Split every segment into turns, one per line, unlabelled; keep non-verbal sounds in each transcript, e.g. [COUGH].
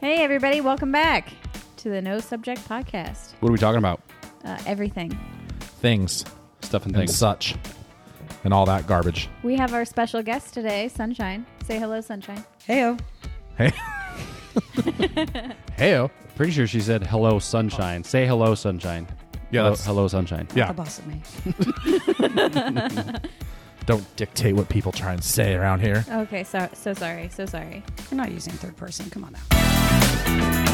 Hey, everybody, welcome back to the No Subject Podcast.
What are we talking about?
Uh, everything.
Things
stuff and
and
things.
such and all that garbage.
We have our special guest today, Sunshine. Say hello, Sunshine.
Heyo.
Hey. [LAUGHS] Heyo.
Pretty sure she said hello sunshine. Say hello sunshine.
Yeah,
hello,
that's-
hello sunshine.
Yeah.
The boss of me.
Don't dictate what people try and say around here.
Okay, so so sorry, so sorry.
You're not using third person. Come on now.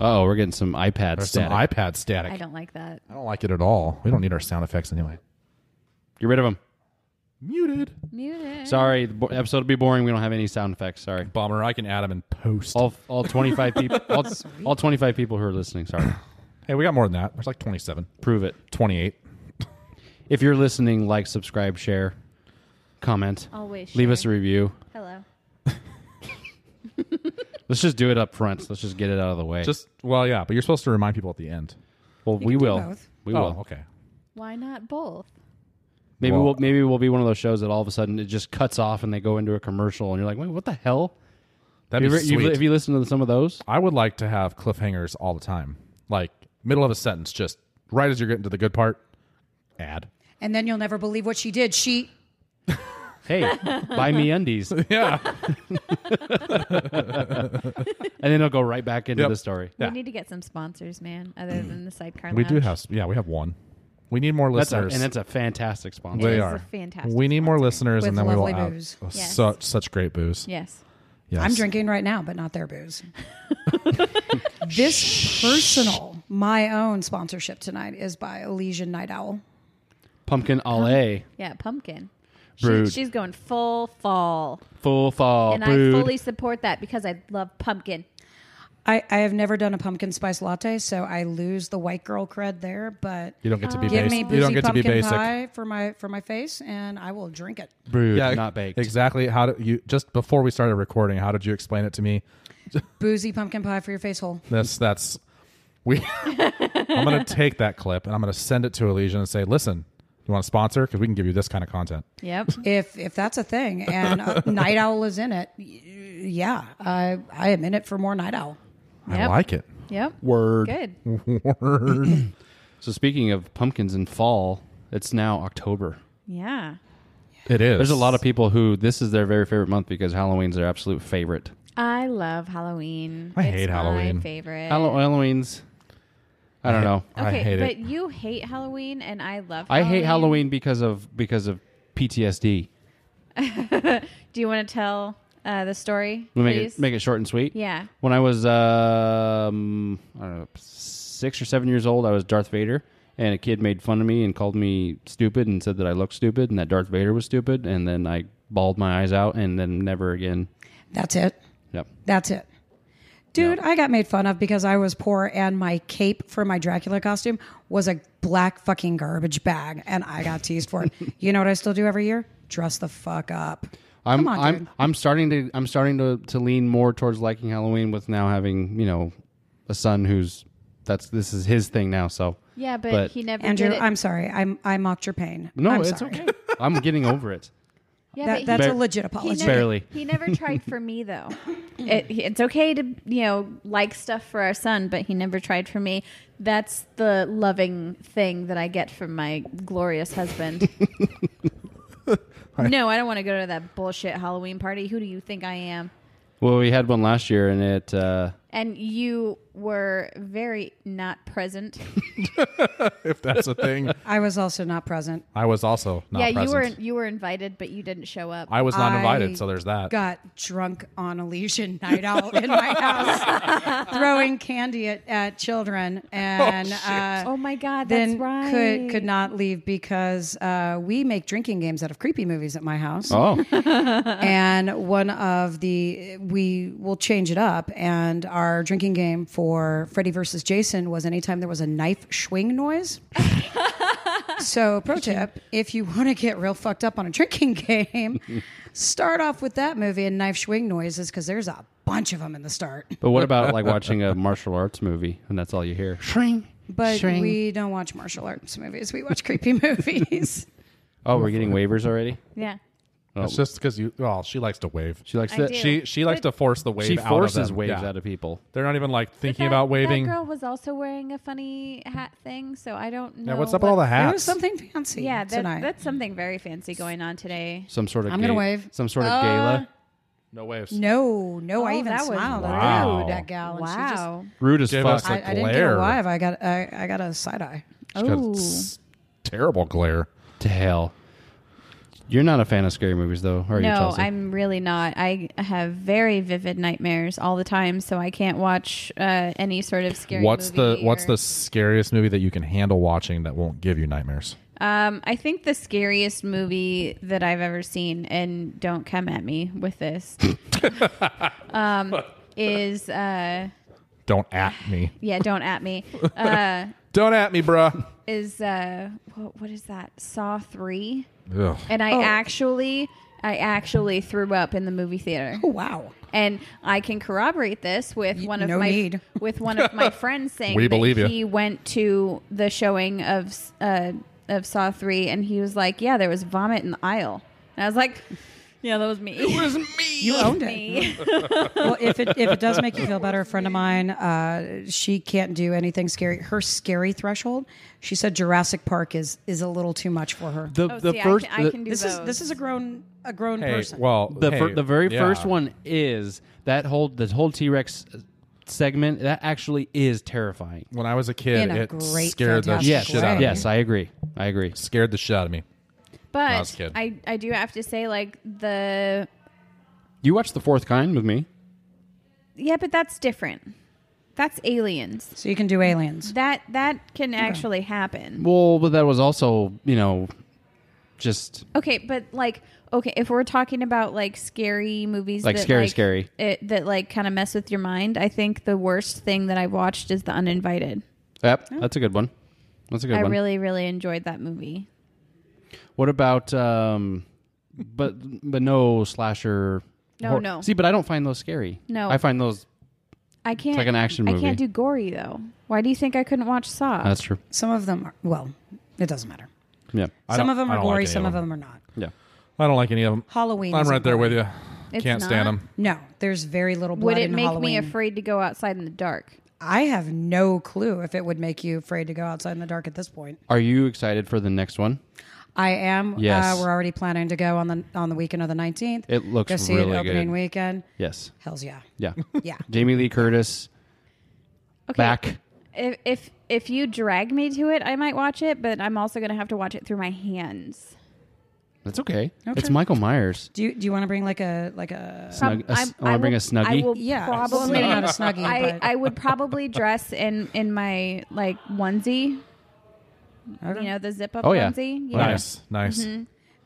Oh, we're getting some iPad
There's
static.
some iPad static.
I don't like that.
I don't like it at all. We don't need our sound effects anyway.
Get rid of them.
Muted.
Mute it.
Sorry, the bo- episode will be boring. We don't have any sound effects. Sorry.
Bummer. I can add them in post.
All, all 25 people
[LAUGHS]
all, all 25 people who are listening, sorry.
hey, we got more than that. There's like 27,
Prove it.
28.
If you're listening, like, subscribe, share, comment.
Always
Leave
share.
us a review.
Hello.
Let's just do it up front. Let's just get it out of the way.
Just, well, yeah, but you're supposed to remind people at the end.
well,
You
we
can do
will.
both.
We
oh,
will.
okay.
Why not both?
Maybe
Well-
we'll maybe we'll be one of those shows that all of a sudden it just cuts off and they go into a commercial and you're like, wait, what the hell?
That'd
Have you,
be
ever- you've-
sweet.
have you listened to some of those?
I would like to have cliffhangers all the time. Like, middle of a sentence, just right as you're getting to the good part, ad.
And then you'll never believe what she did. She
Hey, [LAUGHS] buy me undies, and
[LAUGHS] Yeah.
then it'll go right back into
Yep.
the story.
Yeah. Mm.
We need to get some sponsors, man, other than the sidecar.
We do
Lounge.
have, yeah, we have one. We need more
That's a,
listeners.
and that's a fantastic sponsor.
It
they
is a
are
fantastic
We need more
sponsor.
listeners,
With
and then we will
lovely
have
booze.
oh,
Yes.
such such great booze.
Yes.
Yes.
I'm drinking right now, but not their booze. [LAUGHS] this personal, my own sponsorship tonight is by Elysian Night Owl.
Pumpkin Ale,
Yeah, pumpkin. She,
Brewed.
she's going full fall,
full fall
and
brewed.
I fully support that because I love pumpkin.
I, I have never done a pumpkin spice latte, so I lose the white girl cred there, but
You don't get to be
Oh, give
basic.
me
you don't
boozy
get to be
pumpkin
basic.
pie for my for my face and I will drink it.
brewed, not baked.
Exactly. How do you just before we started recording? How did you explain it to me?
Boozy pumpkin pie for your face hole.
That's that's we. [LAUGHS] I'm gonna take that clip and I'm gonna send it to Elysian and say, "Listen, you want to sponsor? Because we can give you this kind of content."
Yep.
if if that's a thing
[LAUGHS]
and uh, night owl is in it y- yeah i i am in it for more night owl
I
Yep.
like it.
Yep.
Word.
Good.
[LAUGHS] Word.
So speaking of pumpkins and fall, it's now October.
Yeah.
it is.
There's a lot of people who this is their very favorite month because Halloween's their absolute favorite.
I love Halloween.
I
It's
hate Halloween.
My favorite.
Hallow- Halloween's, I
Eh.
don't know.
I
okay,
hate
but
it.
you hate Halloween, and I love.
I
Halloween.
hate Halloween because of because of PTSD.
Do you want to tell uh, the story,
We make
please?
it make it short and sweet.
yeah.
When I was um, I don't know, six or seven years old, I was Darth Vader, and a kid made fun of me and called me stupid and said that I looked stupid and that Darth Vader was stupid, and then I bawled my eyes out and then never again.
that's it
Yep.
that's it dude i got made fun of because i was poor and my cape for my dracula costume was a black fucking garbage bag and i got
[LAUGHS]
teased for it you know what i still do every year dress the fuck up
I'm
Come on,
I'm
dude.
I'm starting to I'm starting to, to lean more towards liking Halloween with now having you know a son who's that's this is his thing now. So
Yeah, but,
But-
he never
andrew
did it.
i'm sorry i'm i mocked your pain
no,
I'm
it's
sorry.
okay. I'm getting over it.
yeah,
that,
but
that's
Bar-
a
he,
legit
he
apology
never,
Barely.
He never tried for me
[LAUGHS]
though. It, he- it's okay to you know like stuff for our son, but he never tried for me. That's the loving thing that I get from my glorious husband. no, I don't want to go to that bullshit Halloween party. Who do you think I am?
Well, we had one last year, and it. Uh,
And you were very not present.
[LAUGHS] If that's a thing,
i was also not present
I was also [LAUGHS] not
yeah,
present.
you were you were invited, but you didn't show up.
I was not
I
invited, so there's that.
Got drunk on Elysian night owl in my
[LAUGHS]
house, throwing candy at, at children, and uh,
oh my god,
then
that's right.
could could not leave because uh, we make drinking games out of creepy movies at my house, [LAUGHS]
oh,
Uh.
and one of the we will change it up, and our drinking
[LAUGHS]
game for Freddy versus Jason was anytime there was a knife swing noise. So, pro tip if you want to get real fucked up on a drinking [LAUGHS] game, start off with that movie and knife swing noises because there's a bunch of them in the start.
But what about
[LAUGHS]
like watching a martial arts movie and that's all you hear? Shring.
But we don't watch martial arts movies, we watch creepy [LAUGHS] movies.
Oh, we're getting waivers already.
Yeah.
It's just because you. Oh, she likes to wave.
She likes
I
that.
do.
She she likes to force the wave.
She
out of
forces
them.
waves
Yeah.
out of people.
They're not even like thinking
That-
about waving.
That girl was also wearing a funny hat thing, so I don't know.
yeah, what's up with all the
what-
hats?
There was something fancy
Yeah, that,
tonight.
that's something very fancy going on today.
Some sort of.
I'm gonna
ga-
wave.
Some sort of
Uh,
gala.
no waves.
no, no, I
Oh,
even
that was
smiled
Wow.
at that gal. And She just,
Wow.
Rude as
Give
fuck.
us a-
I, I didn't get
glare.
a wife. I got I, I got a side eye.
She's got a s- terrible glare.
to hell. You're not a fan of scary movies, though, are you,
No,
Chelsea?
I'm really not. I have very vivid nightmares all the time, so I can't watch uh, any sort of scary.
What's the
movie
What's
or-
the scariest movie that you can handle watching that won't give you nightmares?
Um, I think the scariest movie that I've ever seen, and don't come at me with this, um, is uh,
Don't at me.
yeah, don't at me. Uh,
Don't at me, bruh.
is uh, what, what is that? Saw three,
Ugh.
and I actually, I actually threw up in the movie theater.
Oh, wow.
and I can corroborate this with one of
no
my
need.
[LAUGHS] with one of
[LAUGHS]
my friends saying
We
that
believe you.
he went to the showing of uh, of Saw three, and he was like, "Yeah, there was vomit in the aisle," and I was like, "Yeah, that was me. [LAUGHS] It was
[LAUGHS] You owned it.
me."
well, if it if it does make you feel better, a friend of mine, uh, she can't do anything scary. Her scary threshold, she said Jurassic Park is is a little too much for her.
the
[LAUGHS] Oh,
the
see, I
first
can- I
the-
can do
This is
those.
this is a grown a grown
Hey,
person.
well,
the,
hey,
fir- the very
yeah.
first one is that whole the whole T Rex segment that actually is terrifying.
When I was a kid,
In a
it
great,
scared the
fantastic
Yes,
shit out of me.
yes, I agree. I agree.
Scared the shit out of me. I was a
But
kid.
I I do have to say like the
You watched the fourth kind with me.
yeah, but that's different. That's aliens.
so you can do aliens.
That that can actually happen.
Well, but that was also you know just
Okay, but like, okay, if we're talking about like scary movies,
Like
that,
scary, scary.
it, that like kind of mess with your mind. I think the worst thing that I watched is The Uninvited.
yep. That's a good one. That's a good
I
one.
really, really enjoyed that movie.
what about um, but but no slasher.
No,
hor-
no.
See, but I don't find those scary.
No.
I find those.
I can't.
like an action
I
movie.
can't do gory though. Why do you think I couldn't watch Saw?
That's true.
Some of them are well, it doesn't matter.
Yeah.
I
Some
don't-
of them
I
are
don't like
gory,
any
some
of
of
them.
them are not.
Yeah.
I don't like any of them.
Halloween.
I'm
isn't
right there
gory.
with you.
It's
Can't
not?
stand them.
No, there's very little blood
Would it
in
make me
Halloween.
afraid to go outside in the dark?
I have no clue if it would make you afraid to go outside in the dark at this point.
Are you excited for the next one?
I am.
Yes.
Uh, we're already planning to go on the on the weekend of the 19th.
It looks
go see
really
it opening
good.
weekend.
Yes.
Hell's yeah.
[LAUGHS]
Yeah.
Yeah.
Jamie Lee Curtis
Okay.
back.
If, if if you drag me to it, I might watch it, but I'm also gonna have to watch it through my hands.
That's okay. It's
Okay.
Michael Myers.
Do you do you want to bring like a like a
Snug-
Um,
a s-
I'm-
wanna
I
bring
will-
a snuggie.
I will
Yeah,
probably [LAUGHS]
maybe not a snuggie,
I,
but-
I would probably dress in in my like onesie. You know the zip up
Oh, yeah.
onesie. Yeah.
Nice, nice.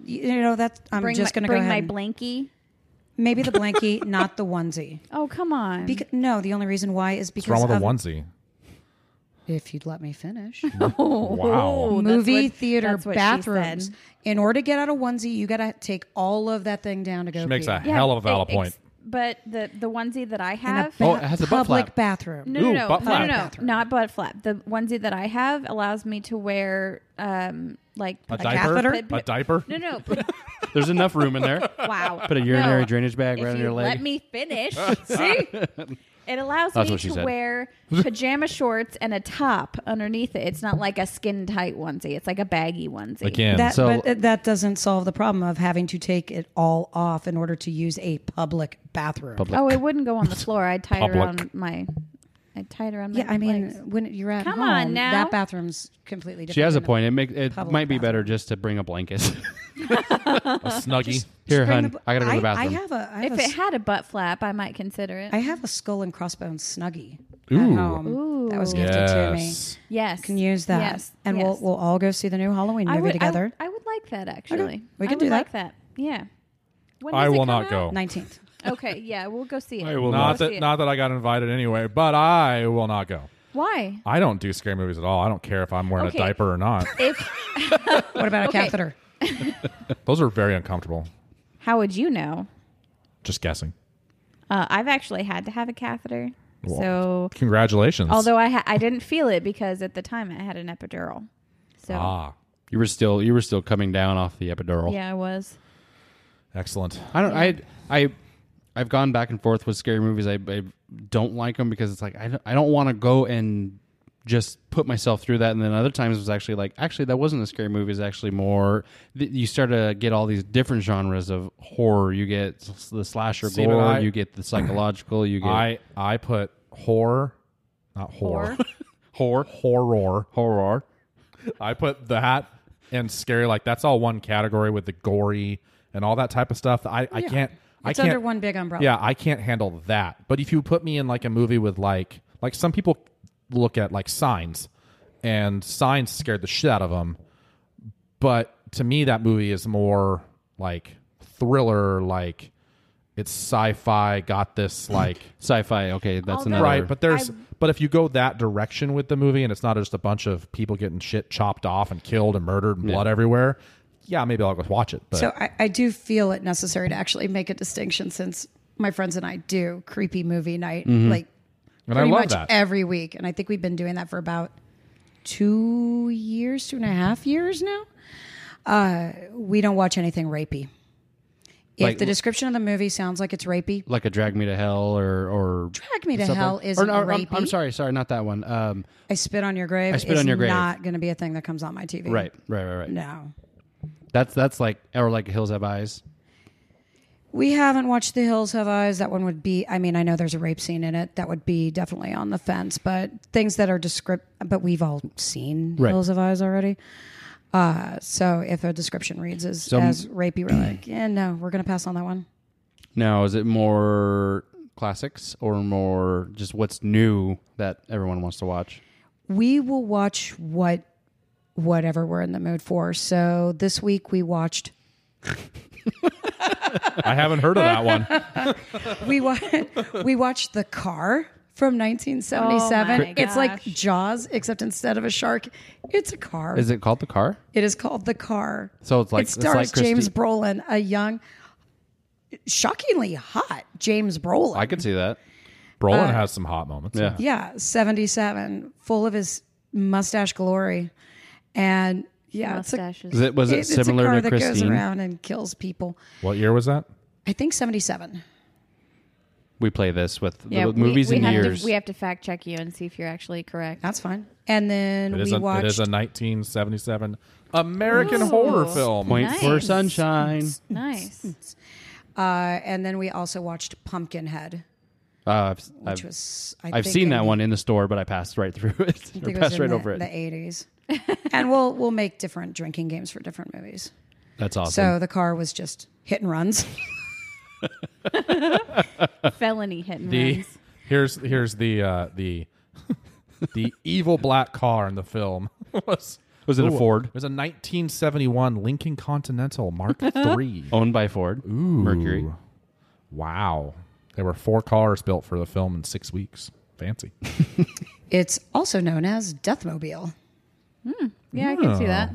you know that's I'm
Bring
just
my,
going to go
bring
ahead.
my
and-
blankie. [LAUGHS]
maybe the blankie, not the onesie.
Oh come on.
[LAUGHS] Because, no, the only reason why is because
What's wrong with a
of-
onesie?
If you'd let
[LAUGHS]
me finish. Oh,
Wow.
Oh, that's
Movie
what-
theater
that's what she
bathrooms.
said.
In order to get out of onesie, you got to take all of that thing down to go.
She makes
pee.
a hell of a valid
ex-
point.
But the the onesie that I
In a
have.
ba-
Oh, it has a butt
public
flap.
bathroom.
no, no,
Ooh,
no,
butt
no, no,
flap.
no,
Bathroom.
not butt flap. The onesie that I have allows me to wear, um, like
A
put-
diaper?
catheter?
A diaper?
No, no, put-
[LAUGHS] There's enough room
[LAUGHS]
in there.
wow.
Put a urinary
No.
drainage bag
if
right on
you
your leg.
let me
[LAUGHS]
finish, see, it allows
That's
me
what she
to
said.
wear
[LAUGHS]
pajama shorts and a top underneath it. It's not like a skin tight onesie; it's like a baggy onesie.
Again,
That,
So-
but uh, that doesn't solve the problem of having to take it all off in order to use a public bathroom.
Public.
Oh, it wouldn't go on the floor. I'd tie it
Public.
around my. I tied around. My
Yeah, I mean,
legs.
when you're at
Come
home,
on now.
that bathroom's completely different.
she has a
than
point. It makes it
Public
might be better
bathroom.
just to bring a blanket. [LAUGHS]
[LAUGHS] a snuggie.
Here,
Bring
hun.
the-
I gotta go to the
I
bathroom.
have a, I have,
if
a,
it
s-
had a butt flap, I might consider it.
I have a skull and crossbones snuggie
Ooh.
at home that was
Ooh.
gifted to me.
Yes.
yes,
Can use that,
Yes,
and
yes.
we'll we'll all go see the new Halloween
I
movie
would, I,
together.
would- I would like that actually.
we
I
can
would
do that.
Like that. Yeah. When
I
does it come
will not
out?
go.
Nineteenth.
Okay, yeah, we'll go see it.
I will
We'll
Not
go see
that
it.
not that I got invited anyway, but I will not go.
Why?
I don't do scary movies at all. I don't care if I'm wearing
Okay.
a diaper or [LAUGHS] not.
If
What about a
Okay.
catheter?
Those are very uncomfortable.
how would you know?
Just guessing.
Uh, I've actually had to have a catheter,
Well,
so
Congratulations.
although I ha- I didn't feel it because at the time I had an epidural, so
ah,
You were still you were still coming down off the epidural.
yeah, I was.
excellent.
I don't. I I I've gone back and forth with scary movies. I, I don't like them because it's like I don't, I don't want to go and just put myself through that. And then other times it was actually like actually that wasn't a scary movie. It's actually more th- you start to get all these different genres of horror. You get s- the slasher
See, but
gore.
I-
you get the psychological. You get
I I put horror, not horror, [LAUGHS]
horror
horror.
horror.
I put the hat and scary like that's all one category with the gory and all that type of stuff. I I can't. I
It's
can't,
under one big umbrella.
Yeah, I can't handle that. But if you put me in like a movie with like like some people look at like signs and signs scared the shit out of them. But to me that movie is more like thriller like it's sci-fi got this like
Sci-fi. Okay, that's
Although-
another.
right, but there's
I'm-
but if you go that direction with the movie and it's not just a bunch of people getting shit chopped off and killed and murdered and blood everywhere, yeah, maybe I'll go watch it. But
So I, I do feel it necessary to actually make a distinction since my friends and I do creepy movie night
Mm-hmm.
like
And I
pretty
love
much
that.
every week. And I think we've been doing that for about two years, two and a half years now. Uh, we don't watch anything rapey. If
Like-
the description of the movie sounds like it's rapey,
like a drag me to hell or or
Drag Me to
something.
Hell
or,
isn't
no, I'm, I'm
rapey.
sorry, sorry, not that one. Um,
I spit on your grave.
I Spit
is
on Your Grave.
Not going to be a thing that comes on my TV.
right, right, right, right.
No,
That's that's like or like Hills Have Eyes.
we haven't watched The Hills Have Eyes. That one would be. I mean, I know there's a rape scene in it. That would be definitely on the fence. But things that are descript. But we've all seen
Right.
Hills Have Eyes already. Uh, so if a description reads as,
Some-
as rapey, we're like, yeah, no, we're going to pass on that one.
Now, is it more classics or more just what's new that everyone wants to watch?
we will watch what whatever we're in the mood for. So this week we watched
I haven't heard of that
[LAUGHS]
one.
we wa- [LAUGHS] we watched The Car from 1977.
Oh my
it's like
gosh.
Jaws except instead of a shark, it's a car.
Is it called The Car?
it is called The Car.
So it's like
it stars
it's like
James
Christi-
Brolin, a young shockingly hot James Brolin.
I could see that.
Brolin has some hot moments.
Yeah.
yeah, 77, full of his mustache glory. And yeah, it's a-
Mustaches.
Is it was it
it's a
similar
car
to
that goes
Christine?
around and kills people.
What year was that?
I think 77.
We play this with the
yeah, we-
movies
we
and
have to-
years.
we have to fact check you and see if you're actually [LAUGHS] correct.
That's fine. And then
It
we
is, a,
watched Oh.
it is a 1977 American
Ooh.
horror film.
Point
Nice.
for Sunshine.
Nice.
[LAUGHS]
uh and then we also watched Pumpkinhead,
Uh, I've
which
I've,
was I
I've
think
seen
in
that
the-
one in the store, but I passed right [LAUGHS] through it.
I
Or
think it was
passed
in
right
the,
over it.
The 80s. and we'll we'll make different drinking games for different movies.
That's awesome.
So the car was just hit and runs. [LAUGHS]
Felony hit and
The
runs.
here's here's the uh, the [LAUGHS] the evil black car in the film [LAUGHS] was
was it a
Ooh,
Ford?
It was a 1971 Lincoln Continental
[LAUGHS]
Mark III.
Owned by Ford. Mercury.
Ooh. Wow. There were four cars built for the film in six weeks. Fancy.
it's also known as Deathmobile.
Yeah, I can see
Oh.
that.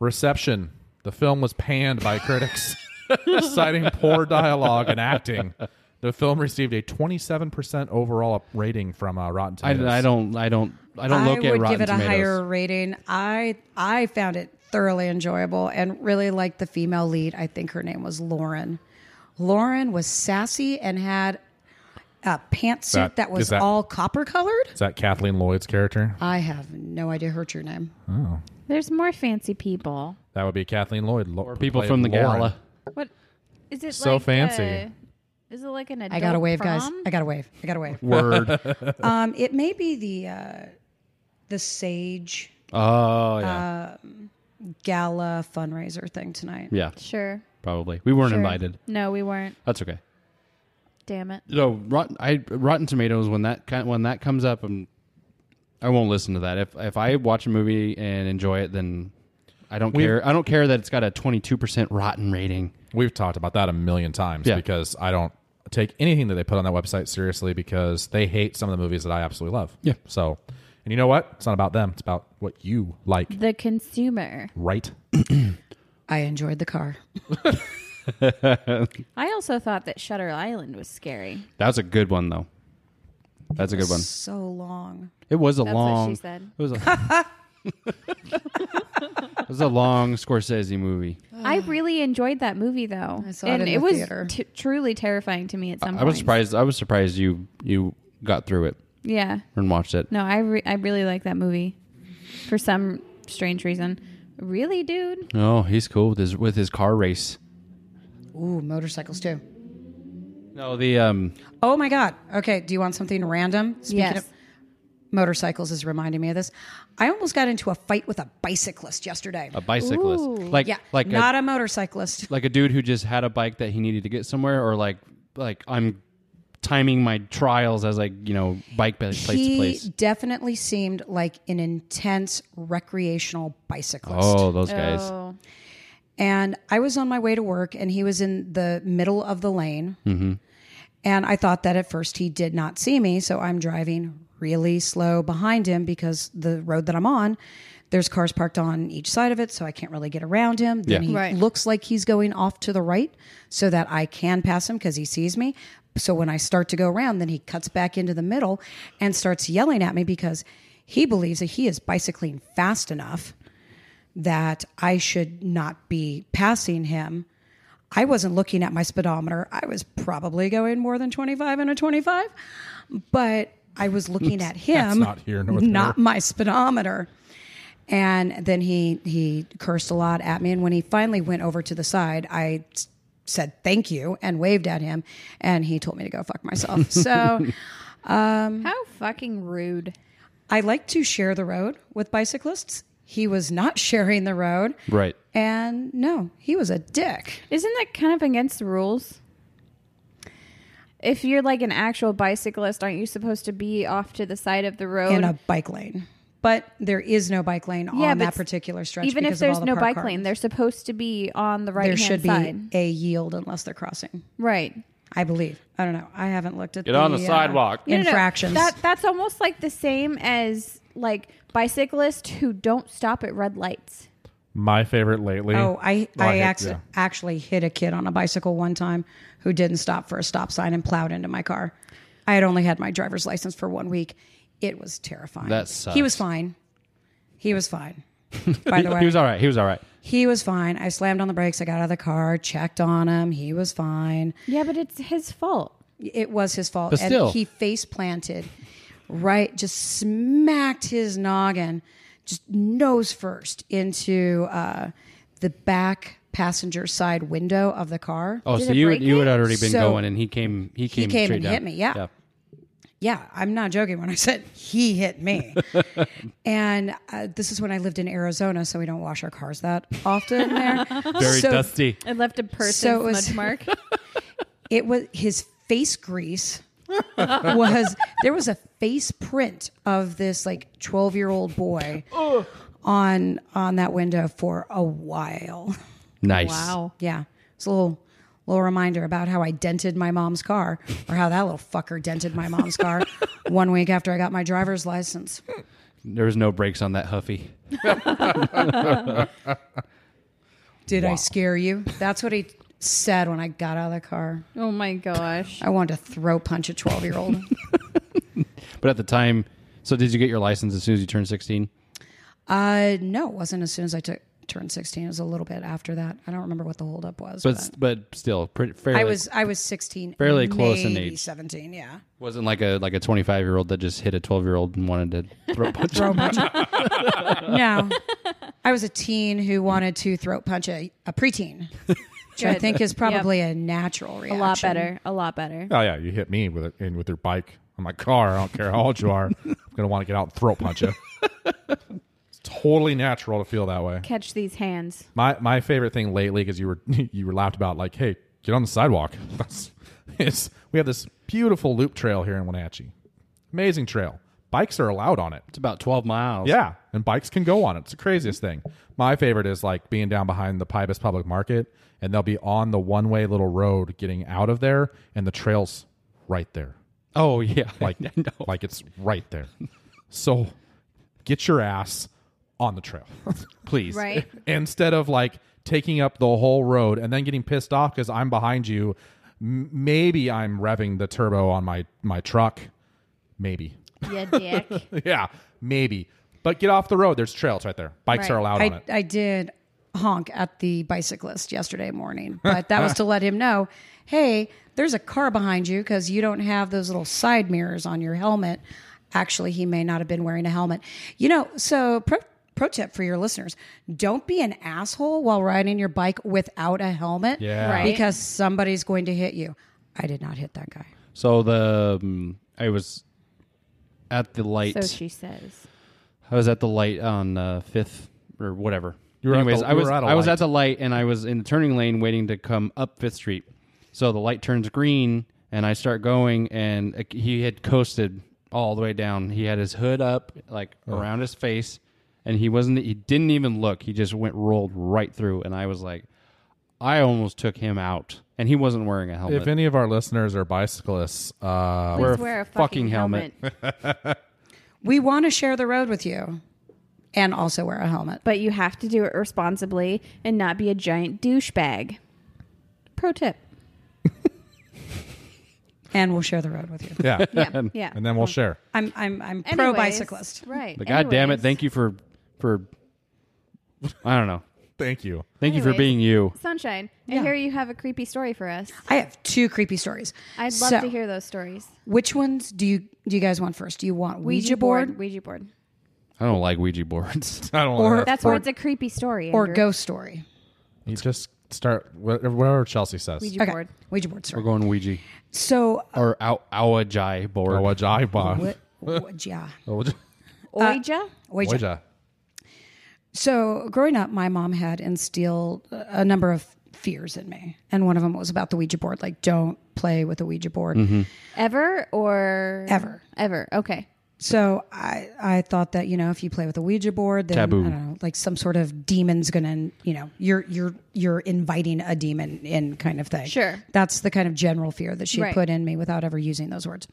Reception. The film was panned by critics, [LAUGHS] citing poor dialogue and acting. The film received a 27% overall rating from uh, Rotten
I,
Tomatoes.
I don't I don't I don't
I
look
would
at Rotten
give it
Tomatoes.
a higher rating. I I found it thoroughly enjoyable and really liked the female lead. I think her name was Lauren. Lauren was sassy and had a pantsuit
That-
that,
is
was
that-
all copper colored.
Is that Kathleen Lloyd's character?
I have no idea her true name.
There's more fancy people.
That would be Kathleen Lloyd. Or
People from the gala.
What is it?
So
like
fancy.
a- is it like an adult
I gotta wave,
prom?
guys. I gotta wave. I
[LAUGHS]
gotta wave.
Word.
um, it may be the uh, the Sage
Oh
Uh,
yeah,
Gala fundraiser thing tonight.
yeah,
sure.
probably. We weren't
sure.
invited.
No, we weren't.
That's okay.
Damn it.
No, rotten, I Rotten Tomatoes when that kind when that comes up, I'm, I won't listen to that. If if I watch a movie and enjoy it, then I don't
We've-
care. I don't care that it's got a 22 percent rotten rating.
We've talked about that a million times
Yeah.
because I don't take anything that they put on that website seriously because they hate some of the movies that I absolutely love.
Yeah.
So, and you know what? It's not about them. It's about what you like,
The consumer.
right?
I enjoyed the car.
I also thought that Shutter Island was scary.
That was a good one though. That's a good one.
So long.
It was a
That's
long.
what she
[SIGHS]
said.
It was a.
[LAUGHS]
[LAUGHS] it was a long Scorsese movie.
I really enjoyed that movie though,
I saw it
and
in the
was
theater.
t- truly terrifying to me at some point.
I was surprised. I was surprised you you got through it
Yeah.
and watched it.
No, I re- I really like that movie for some strange reason. Really, dude?
Oh, he's cool with his with his car race.
Ooh, motorcycles too.
No, the um.
Oh my God. Okay. Do you want something random?
yes.
motorcycles is reminding me of this. I almost got into a fight with a bicyclist yesterday.
a bicyclist,
Ooh.
like
yeah.
like
not
a,
a, motorcyclist.
like a dude who just had a bike that he needed to get somewhere, or like like I'm timing my trials as like you know bike place to
he
place.
definitely seemed like an intense recreational bicyclist.
Oh, those guys.
Oh,
And I was on my way to work and he was in the middle of the lane. And I thought that at first he did not see me. So I'm driving really slow behind him because the road that I'm on, there's cars parked on each side of it. So I can't really get around him. Then
Yeah.
he
Right.
looks like he's going off to the right so that I can pass him because he sees me. So when I start to go around, then he cuts back into the middle and starts yelling at me because he believes that he is bicycling fast enough that I should not be passing him. I wasn't looking at my speedometer. I was probably going more than 25 and a 25, but I was looking at him,
not here nor there.
not my speedometer. And then he he cursed a lot at me and when he finally went over to the side, I s- said thank you and waved at him and he told me to go
[LAUGHS]
fuck myself. So,
how fucking rude!
I like to share the road with bicyclists. He was not [LAUGHS] sharing the road.
Right.
And no, he was a dick.
Isn't that kind of against the rules? If you're like an actual bicyclist, aren't you supposed to be off to the side of the road?
in a bike lane. But there is no bike lane
Yeah,
on
but
that particular stretch.
Even if
because of all
there's
the
no
parked
bike lane,
cars.
they're supposed to be on the right
there
hand
should
side.
be a yield unless they're crossing.
right.
I believe. I don't know. I haven't looked at
Get on the
uh,
sidewalk.
No, no, no.
infractions.
That that's almost like the same as like bicyclists who don't stop at red lights.
My favorite lately.
Oh, I,
Well,
I
hit-
acc-
yeah.
actually hit a kid on a bicycle one time who didn't stop for a stop sign and plowed into my car. I had only had my driver's license for one week. It was terrifying.
That
He
sucks.
was fine. He
[LAUGHS]
was fine. By the way,
He was all right. He was all right.
he was fine. I slammed on the brakes. I got out of the car, checked on him. He was fine.
Yeah, but it's his fault.
It was his fault.
But
and
still.
he face planted, right? Just smacked his noggin, just nose first into uh, the back passenger side window of the car.
Oh,
Did
so
it
you
break
had, you had
it?
already been
So-
going, and he came. He came.
came
straight
and
down.
hit me, yeah. Yeah, I'm not joking when I said he
[LAUGHS]
hit me. and uh, this is when I lived in Arizona, so we don't wash our cars that often there.
[LAUGHS] Very
So
dusty.
I left a person
So it was-
smudge [LAUGHS] mark.
It was his face grease was there was a face print of this like 12 year old boy on on that window for a while.
Nice.
wow.
Yeah. It's a little little reminder about how I dented my mom's car or how that little fucker dented my mom's car one week after I got my driver's license.
There was no brakes on that Huffy.
Did I scare you? That's what he said when I got out of the car.
Oh my gosh.
I wanted to throw punch a 12 year old.
But at the time, so did you get your license as soon as you turned sixteen?
uh, no, it wasn't as soon as I took turned 16. It was a little bit after that. I don't remember what the holdup was.
But
But,
s- but still, pretty fairly.
I was I was 16.
fairly close in
maybe
age.
17, yeah.
wasn't like a like a twenty five year old that just hit a twelve year old and wanted to throw a punch.
Throw
[LAUGHS]
punch. no. I was a teen who wanted to throat punch a, a preteen, which I
Good.
think is probably a natural
[LAUGHS] A
reaction.
lot better. A lot better.
Oh yeah, you hit me with it in with your bike on my car. I don't care how old you are. I'm gonna want to get out and throat punch you. it's totally natural to feel that way.
Catch these hands.
My my favorite thing lately because you were [LAUGHS] you were laughed about like, hey, get on the sidewalk. [LAUGHS] That's it's we have this beautiful loop trail here in Wenatchee, amazing trail, Bikes are allowed on it.
It's about 12 miles.
Yeah, and bikes can go on it. It's the craziest thing. My favorite is like being down behind the Pybus Public Market, and they'll be on the one way little road getting out of there, and the trail's right there.
Oh, yeah. [LAUGHS]
Like,
I know.
like it's right there. So get your ass on the trail, [LAUGHS] please.
Right.
Instead of like taking up the whole road and then getting pissed off because I'm behind you. M- maybe I'm revving the turbo on my my truck. Maybe.
Yeah,
[LAUGHS]
dick.
[LAUGHS] Yeah, maybe. But get off the road. There's trails right there. Bikes
Right.
are allowed on
I,
it.
I did honk at the bicyclist yesterday morning, but that was to let him know, hey, there's a car behind you because you don't have those little side mirrors on your helmet. Actually, he may not have been wearing a helmet. You know, so pro, pro tip for your listeners don't be an asshole while riding your bike without a helmet
Yeah.
Right.
because somebody's going to hit you. I did not hit that guy.
So the um, I was at the light.
so she says.
I was at the light on uh, Fifth or whatever.
were at
Anyways,
the-
I
you were
was
at a
I was
light.
at the light and I was in the turning lane waiting to come up Fifth Street. So the light turns green and I start going and uh, he had coasted all the way down. He had his hood up like
Oh.
around his face and he wasn't he didn't even look. He just went rolled right through and I was like I almost took him out and he wasn't wearing a helmet.
If any of our listeners are bicyclists, uh,
Please
a
wear a fucking,
fucking
helmet.
helmet.
[LAUGHS]
We want to share the road with you and also wear a helmet.
but you have to do it responsibly and not be a giant douchebag. Pro tip.
And we'll share the road with you. [LAUGHS]
yeah.
[LAUGHS] Yeah. yeah.
[LAUGHS] And then we'll share.
I'm I'm I'm pro bicyclist.
Right.
But God damn it, thank you for for I don't know.
Thank you.
Thank you for
Anyways.
being you.
Sunshine, I
Yeah.
hear you have a creepy story for us.
I have two creepy stories.
I'd love
So,
to hear those stories.
Which ones do you do you guys want first? Do you want Ouija, board,
Ouija board.
I don't like Ouija boards. [LAUGHS]
I don't
Or- [LAUGHS]
want to.
That's where it's a creepy story.
or
Andrew.
ghost story?
You just start wh- whatever Chelsea says.
Ouija
Okay,
board.
Ouija board story.
We're going Ouija
So, uh,
or Ou- Ouija board.
Or what I bought. [LAUGHS]
what, what- yeah,
Or what-
Uh,
Ouija?
Ouija.
Ouija.
So, growing up, my mom had instilled a number of fears in me, and one of them was about the Ouija board. Like, don't play with the Ouija board.
Ever or
Ever.
Ever. Okay.
So I I thought that you know if you play with a Ouija board, then
Taboo.
I don't know, like some sort of demon's gonna you know you're you're you're inviting a demon in kind of thing.
Sure.
that's the kind of general fear that she
Right.
put in me without ever using those words.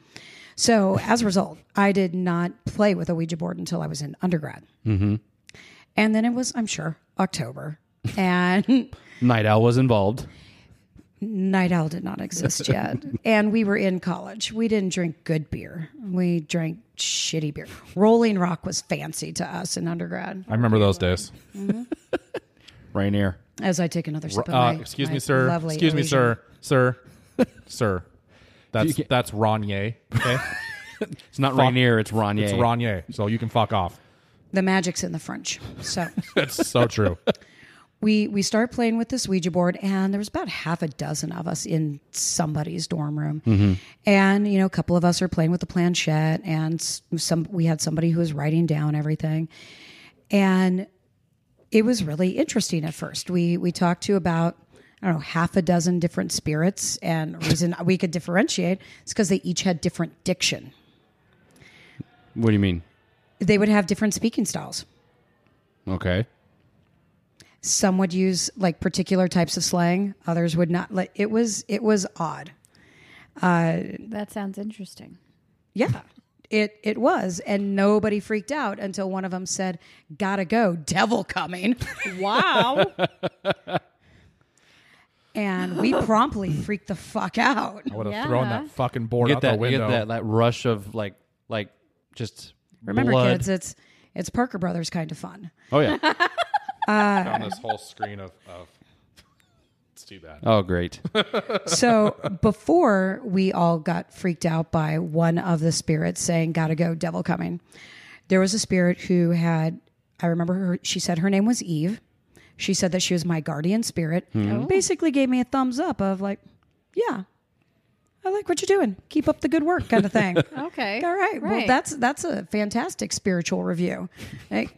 So as a result, I did not play with a Ouija board until I was in undergrad, mm-hmm. and then it was I'm sure October, [LAUGHS] and
Night Owl was involved.
Night Owl did
[LAUGHS]
not exist yet. and we were in college. We didn't drink good beer. We drank shitty beer. Rolling Rock was fancy to us in undergrad.
I remember those days.
Rainier.
As I take another sip of
Uh,
my-
excuse
my
me, sir.
lovely
Excuse me,
Elysian.
sir. Sir.
[LAUGHS]
sir. That's
You can't-
that's Ronier. Okay.
It's not
Fuck.
Rainier, it's Ronier.
it's Ronier. So you can fuck off.
The magic's in the French. So
[LAUGHS] That's so [LAUGHS] true.
we we start playing with this Ouija board, and there was about half a dozen of us in somebody's dorm room, and you know, a couple of us are playing with the planchette, and s- some we had somebody who was writing down everything, and it was really interesting at first. We we talked to about I don't know half a dozen different spirits, and the reason we could differentiate is because they each had different diction.
What do you mean?
They would have different speaking styles.
Okay.
some would use like particular types of slang others would not like it was it was odd
That sounds interesting.
yeah it it was and nobody freaked out until one of them said gotta go devil coming
Wow.
and we promptly freaked the fuck out
I would have
Yeah.
thrown that fucking board
You
out
get that
the
you
window.
get that, that rush of like like just
remember
blood.
kids it's it's parker brothers kind of fun
Oh yeah.
on this whole screen of, of it's too bad.
Oh great.
so before we all got freaked out by one of the spirits saying gotta go devil coming there was a spirit who had i remember her she said her name was eve she said that she was my guardian spirit
Hmm. Oh.
basically gave me a thumbs up of like yeah i like what you're doing keep up the good work kind
[LAUGHS]
of thing
okay.
all right. Well, that's that's a fantastic spiritual review. Like,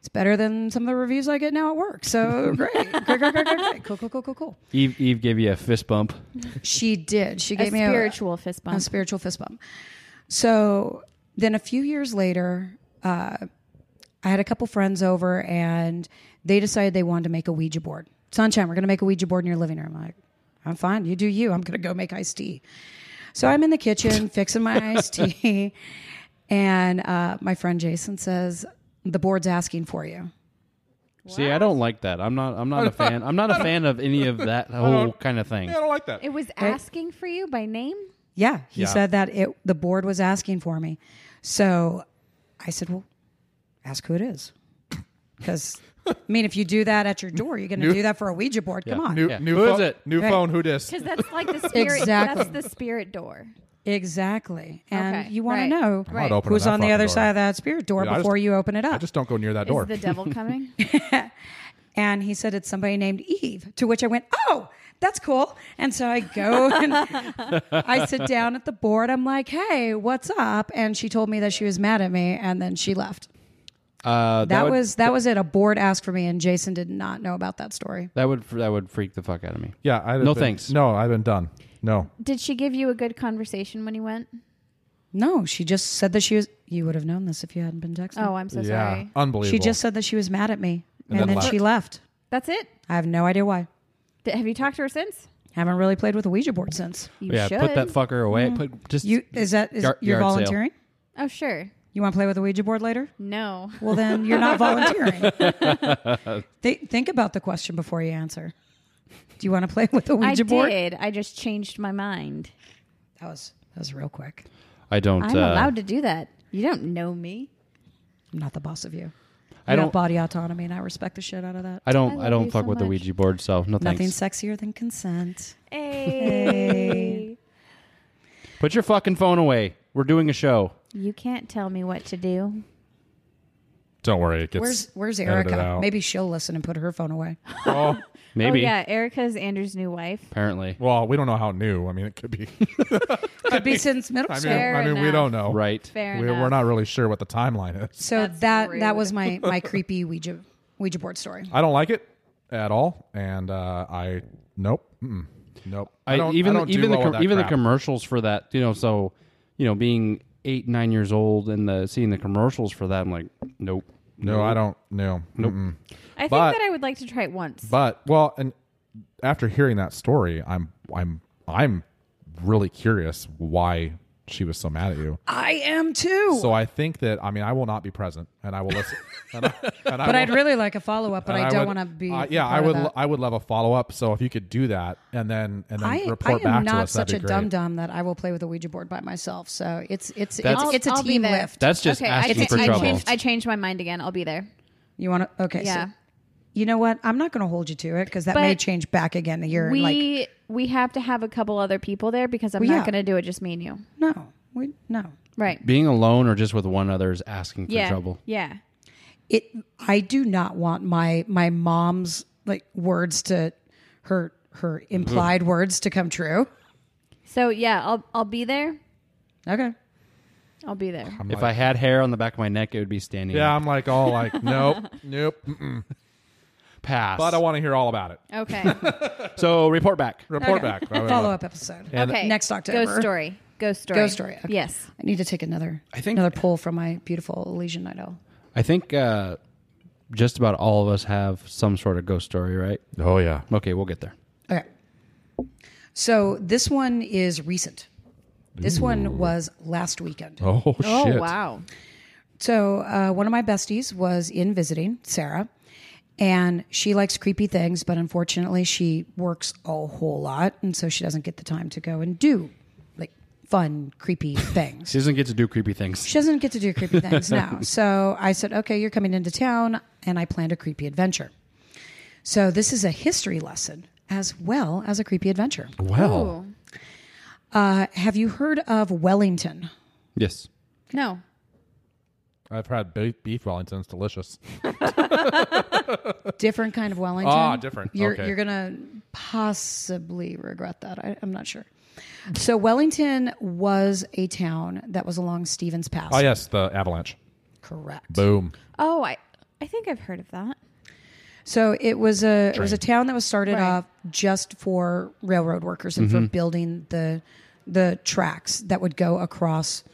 it's better than some of the reviews I get now at work. So [LAUGHS] great, great, great, great, great, great. Cool, cool, cool, cool, cool.
[LAUGHS] Eve Eve gave you a fist bump.
She did. She
a
gave me
spiritual fist
a, a
bump.
spiritual fist bump. So Then a few years later, uh, I had a couple friends over and they decided they wanted to make a Ouija board. Sunshine, we're going to make a Ouija board in your living room. I'm like, I'm fine. You do you. I'm going to go make iced tea. So I'm in
[LAUGHS]
the kitchen fixing my iced tea. And uh, my friend Jason says, The board's asking for you.
See, I don't like that. I'm not. I'm not a fan. I'm not a fan of any of that [LAUGHS] whole kind of thing.
Yeah, I don't like that.
It was asking for you by name.
Yeah, he
Yeah.
said that it the board was asking for me. So I said, "Well, ask who it is." Cuz I mean, if you do that at your door, you're going to do that for a Ouija board. Come on.
New,
Yeah.
new
Who
phone,
is it?
New
Right.
phone. Who dis?
Because that's like
[LAUGHS]
the spirit.
Exactly.
That's the spirit door.
Exactly. And
Okay,
you want
right,
to know
right.
Not opening
who's
that
on the
fucking
other
door.
side of that spirit door
Yeah, I just-
before you open it
I
up.
just don't go near that
Is
door.
the
[LAUGHS]
devil coming?
and he said it's somebody named Eve, to which I went, "Oh, that's cool." And so
[LAUGHS]
I go and [LAUGHS] I sit down at the board. I'm like, "Hey, what's up?" And she told me that she was mad at me and then she left.
Uh, that,
that
would,
was that was it. A board asked for me, and Jason did not know about that story.
that would that would freak the fuck out of me.
yeah, I
No thanks.
No, I've been done. No,
Did she give you a good conversation when you went?
No, she just said that she was. You would have known this if you hadn't been texting.
Oh, I'm so
yeah,
sorry.
unbelievable.
she just said that she was mad at me,
And
and,
then
then,
left.
she left.
That's it.
I have no idea why.
Th- have you talked to her since?
Haven't really played with a Ouija board since.
You
yeah,
should. Mm.
put that fucker away. Put just
You is that is
Yard-
you're
yard sale.
volunteering?
oh, sure.
You want to play with a Ouija board later?
No.
Well, then you're not [LAUGHS] volunteering. Thi- think about the question before you answer. Do you want to play with
I
a Ouija board?
did. I just changed my mind.
That was that was real quick.
I don't.
I'm
uh,
allowed to do that. You don't know me.
I'm not the boss of you.
I
You
don't.
have body autonomy, and I respect the shit out of that.
I
I
don't.
love
I, don't
you
fuck
so
with the
much.
Ouija board. So no
Nothing
thanks.
sexier than consent.
Hey.
Put your fucking phone away. We're doing a show.
[LAUGHS] you can't tell me what to do.
"Don't worry, it gets."
Where's Where's
edited
Erica?
out.
Maybe she'll listen and put her
[LAUGHS]
phone away.
Oh,
Maybe.
Oh, yeah. Erica's Andrew's new wife.
Apparently.
well, we don't know how new. I mean, it could be. [LAUGHS]
Could be since middle
I mean,
school.
Fair
I mean, we
enough.
don't know.
Right.
Fair
We're,
enough.
we're not really sure what the timeline is.
So
That's
that
rude.
that was my
[LAUGHS]
my creepy Ouija Ouija board story.
I don't like it at all, and uh, I nope, mm, nope.
I,
don't
even
I don't do
even the
well
com-
with that
even
crap.
the commercials for that. You know, so you know, being eight nine years old and the seeing the commercials for that, I'm like, nope.
No, I don't. No, nope.
I think
But-
that I would like to try it once.
But well, and after hearing that story, I'm I'm I'm really curious why she was so mad at you.
I am too.
So I think that I mean I will not be present, and I will listen. and
[LAUGHS]
I, and I
but
will-
I'd really like a follow up, but
and
I don't
would-
want to be.
uh,
a
yeah, I
part of
would.
that.
lo- I would love a follow up. So if you could do that, and then and then
I, I
report
am
back
not
to us,
such a
that'd be
dum
great.
dum that I will play with a Ouija board by myself. So it's it's
That's-
it's, it's a
I'll- I'll be
team
there.
lift.
That's just
okay, I, cha-
asking for
I,
trouble.
changed, I changed my mind again. I'll be there.
You want to? Okay.
Yeah.
So you know what? I'm not going to hold you to it because that may
But
change back again a year. and,
we
like
we have to have a couple other people there because I'm
Well,
not
yeah.
going to do it just me and you.
no, we no.
Right.
being alone or just with one other is asking for
yeah.
trouble.
Yeah.
it i do not want my my mom's like words to her her implied words to come true
So yeah, I'll I'll be there.
okay
I'll be there.
I'm
If
like-
I had hair on the back of my neck, it would be standing.
yeah,
up.
I'm like all like
[LAUGHS]
nope, nope. mm-mm.
pass.
But I want to hear all about it.
[LAUGHS]
Okay.
so report back.
Report
Okay. [LAUGHS]
back. I would
follow
love-
up episode
okay.
next october
Ghost story. Ghost story.
Ghost story, okay.
Yes.
i need to take another i
think-
think another pull from my beautiful elysian night owl
I think uh, just about all of us have some sort of ghost story, right?
Oh yeah.
Okay, we'll get there.
okay so this one is recent this one was last weekend
Oh shit.
Oh wow.
So uh, one of my besties was in visiting Sarah, and she likes creepy things, but unfortunately, she works a whole lot, and so she doesn't get the time to go and do like fun, creepy things.
She doesn't get to do creepy things.
She doesn't get to do creepy things now. So I said, okay, you're coming into town, and I planned a creepy adventure. So this is a history lesson as well as a creepy adventure.
Well.
Ooh.
Uh, have you heard of Wellington?
Yes.
No.
I've had beef, beef Wellington's delicious.
different kind of Wellington.
Ah, different.
You're
Okay.
you're gonna possibly regret that. I, I'm not sure. So Wellington was a town that was along Stevens Pass.
Oh yes, the avalanche.
Correct.
Boom.
Oh, I I think I've heard of that.
so it was a it was a town that was started
Right.
off just for
Mm-hmm.
railroad workers and for building the the tracks that would go across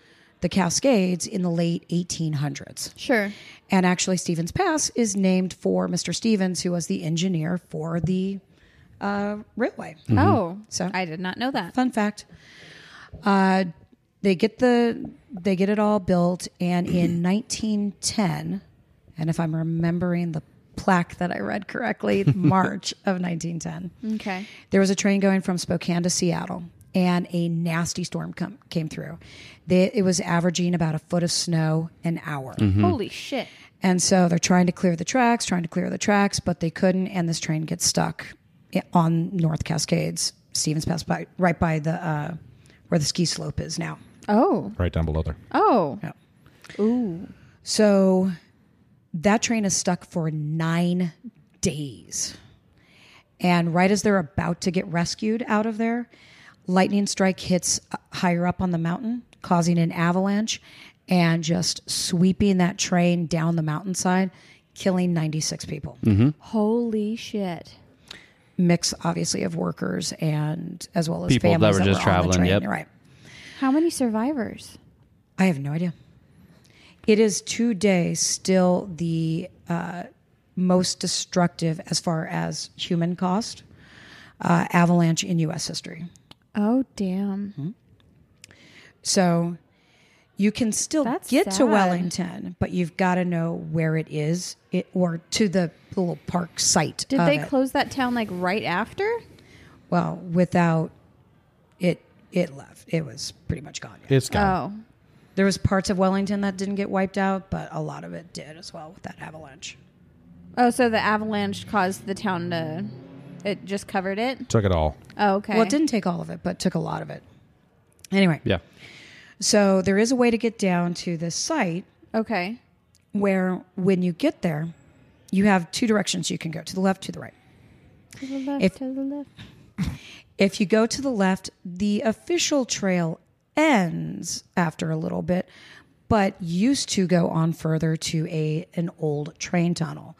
the Cascades in the late 1800s.
Sure.
And actually, Stevens Pass is named for Mr. Stevens, who was the engineer for the uh, railway.
Oh,
So-
I did not know that.
Fun fact. Uh, they get the they get it all built, and in 1910, and if I'm remembering the plaque that I read correctly, March of 1910,
Okay.
there was a train going from Spokane to Seattle, and a nasty storm come, came through. They, it was averaging about a foot of snow an hour.
Holy shit.
And so they're trying to clear the tracks, trying to clear the tracks, but they couldn't. And this train gets stuck i- on North Cascades, Stevens Pass, by, right by the uh, where the ski slope is now.
Oh.
Right down below there.
Oh.
Yeah.
Ooh.
So that train is stuck for nine days. And right as they're about to get rescued out of there, lightning strike hits uh, higher up on the mountain, causing an avalanche and just sweeping that train down the mountainside, killing 96 people.
Holy shit.
Mix, obviously, of workers and as well as
People that
families
were just
on the
traveling,
train,
yep.
Right.
How many survivors?
I have no idea. It is today still the uh, most destructive as far as human cost uh, avalanche in U.S. history.
Oh damn.
So you can still
That's
get to
sad.
Wellington, but you've got to know where it is it, or to the little park site.
Did
of
they
it.
close that town like right after?
Well, without it, it left. It was pretty much gone.
It's gone.
Oh.
There was parts of Wellington that didn't get wiped out, but a lot of it did as well with that avalanche.
Oh, so the avalanche caused the town to it just covered it?
Took it all.
Oh, okay.
Well, it didn't take all of it, but took a lot of it. Anyway,
Yeah.
so there is a way to get down to this site
Okay.
where when you get there, you have two directions you can go to the left, to the right.
To the left,
If-
to the left.
If you go to the left, the official trail ends after a little bit, but used to go on further to a an old train tunnel,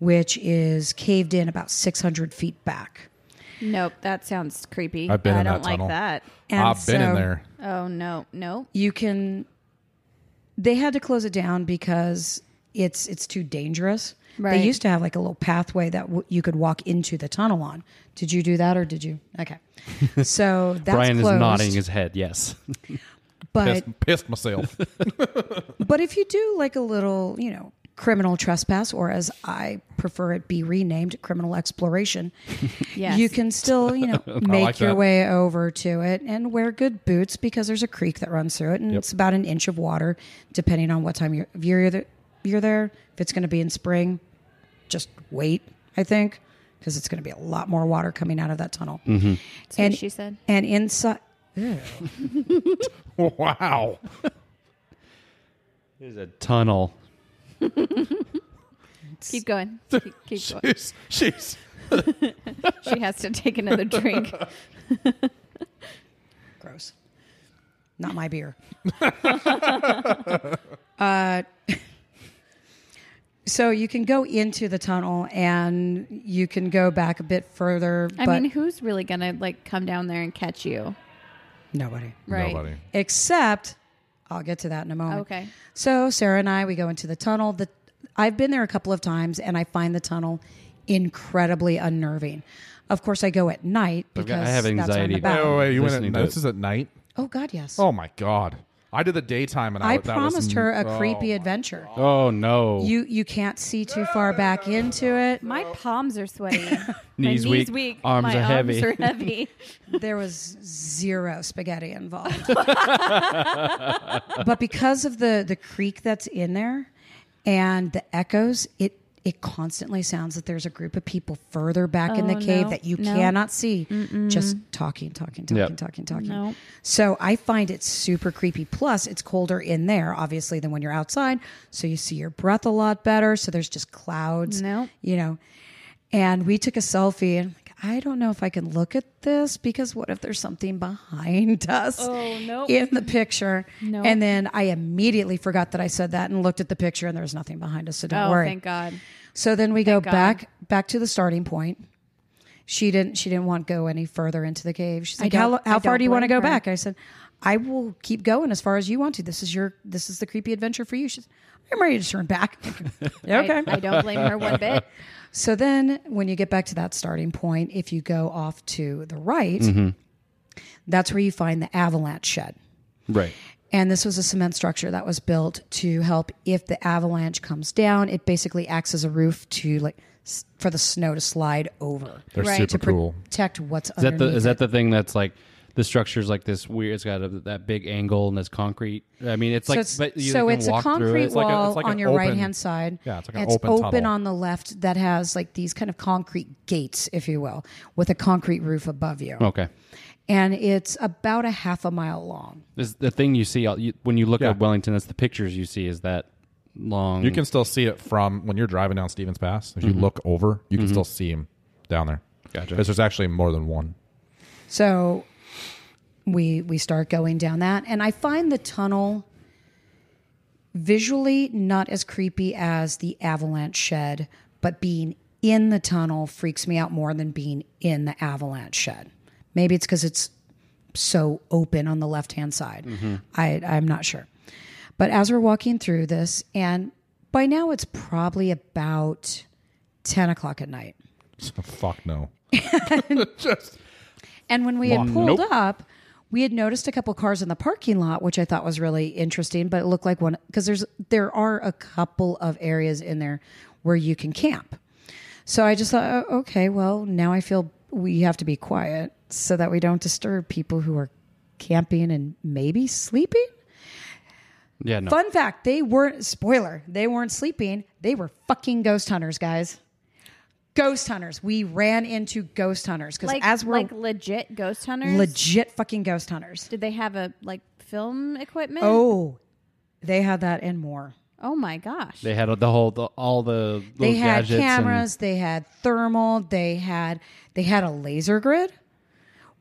which is caved in about 600 feet back.
Nope, that sounds creepy.
I've been
I
in
don't
that
like
tunnel.
that.
And
I've been in
so-
there.
Oh no, no.
you can they had to close it down because it's it's too dangerous
Right.
they used to have like a little pathway that w- you could walk into the tunnel on did you do that or did you okay so that's
Brian
closed,
is nodding his head. Yes.
but
Pissed, pissed myself.
[LAUGHS] but if you do like a little you know criminal trespass or as i prefer it be renamed criminal exploration
Yes.
you can still
[LAUGHS]
you know make
like
your
that.
way over to it and wear good boots because there's a creek that runs through it and it's about an inch of water depending on what time you're if you're there, you're there if it's going to be in spring just wait i think because it's going to be a lot more water coming out of that tunnel
Mm-hmm.
That's
and
what she said.
and inside
wow.
[LAUGHS] There's a tunnel.
Keep [LAUGHS] going. Keep, keep going.
She's, she's
She has to take [LAUGHS] another drink.
gross not
[LAUGHS]
my beer uh, [LAUGHS] so you can go into the tunnel and you can go back a bit further
I
but
mean, who's really gonna like come down there and catch you?
nobody
Right.
nobody.
except I'll get to that in a moment.
Okay.
So Sarah and I we go into the tunnel. The I've been there a couple of times and I find the tunnel incredibly unnerving. Of course I go at night
I've
because
got- I have
that's when
anxiety.
I'm
Wait,
about.
wait, wait, you went at,
Listening to
this
it.
is at night?
Oh god, yes.
Oh my god. I did the daytime and I,
I
that was-
promised her a
oh
creepy
my-
adventure.
Oh no.
You you can't see too far back into it.
My palms are [LAUGHS] sweaty.
Knees
My
weak,
knees weak.
arms
My
are
arms
heavy.
are [LAUGHS] heavy.
There was zero spaghetti
[LAUGHS]
involved. but because of the the creek that's in there and the echoes, it it constantly sounds that there's a group of people further back in the
Oh,
cave
no,
that you
no.
cannot see, just talking, talking, talking,
Yep.
talking, talking.
No.
So I find it super creepy. Plus, it's colder in there, obviously, than when you're outside. So you see your breath a lot better. So there's just clouds,
No.
you know. And we took a selfie and I'm like, I don't know if I can look at this because what if there's something behind [LAUGHS] us
Oh, no.
in the picture?
No.
And then I immediately forgot that I said that and looked at the picture and there was nothing behind us. So don't
oh,
worry.
thank God.
So then we go
God.
back back to the starting point. she didn't she didn't want to go any further into the cave. She's like,
don't-
how,
I
how far
don't
do you want to
blame
go
her.
back? I said, I will keep going as far as you want to. This is your this is the creepy adventure for you. She's I'm ready to turn back. [LAUGHS] yeah, okay.
I, I don't blame her
[LAUGHS]
one bit.
So then when you get back to that starting point, if you go off to the right,
Mm-hmm.
that's where you find the avalanche shed.
Right.
And this was a cement structure that was built to help if the avalanche comes down. It basically acts as a roof to like s- for the snow to slide over.
They're
Right.
super
to
cool.
protect what's
Is that
underneath.
the is that the thing that's like the structure's like this weird? It's got a, that big angle and it's concrete. I mean, it's like
so it's,
but you
so
can
it's a
walk through it.
concrete
It's like a-
wall
it's like
on
an
your
open-
right hand side.
Yeah, it's like an
And it's
open
open
tunnel.
on the left that has like these kind of concrete gates, if you will, with a concrete roof above
Oh,
you.
Okay.
And it's about a half a mile long.
This, the thing you see all- you, when you look
Yeah.
at Wellington, that's the pictures you see is that long.
You can still see it from when you're driving down Stevens Pass. If you look over, you can still see him down there.
Gotcha.
Because there's actually more than one. [LAUGHS]
So we we start going down that and I find the tunnel visually not as creepy as the avalanche shed, but being in the tunnel freaks me out more than being in the avalanche shed. Maybe it's cuz it's so open on the left-hand side. I I'm not sure. But as we're walking through this and by now it's probably about 10 o'clock at night.
Fuck no.
And when we had pulled up, we had noticed a couple cars in the parking lot, which I thought was really interesting. But it looked like one because there's there are a couple of areas in there where you can camp. So I just thought, oh, okay, well now I feel we have to be quiet so that we don't disturb people who are camping and maybe sleeping.
yeah, no.
Fun fact: they weren't spoiler. They weren't sleeping. They were fucking ghost hunters, guys. Ghost hunters. We ran into ghost hunters because
Like
as we're
like legit ghost hunters.
legit fucking ghost hunters.
Did they have a like film equipment?
Oh, they had that and more.
Oh my gosh.
They had the whole the, all the little
They had
gadgets and-
cameras, they had thermal, they had they had a laser grid,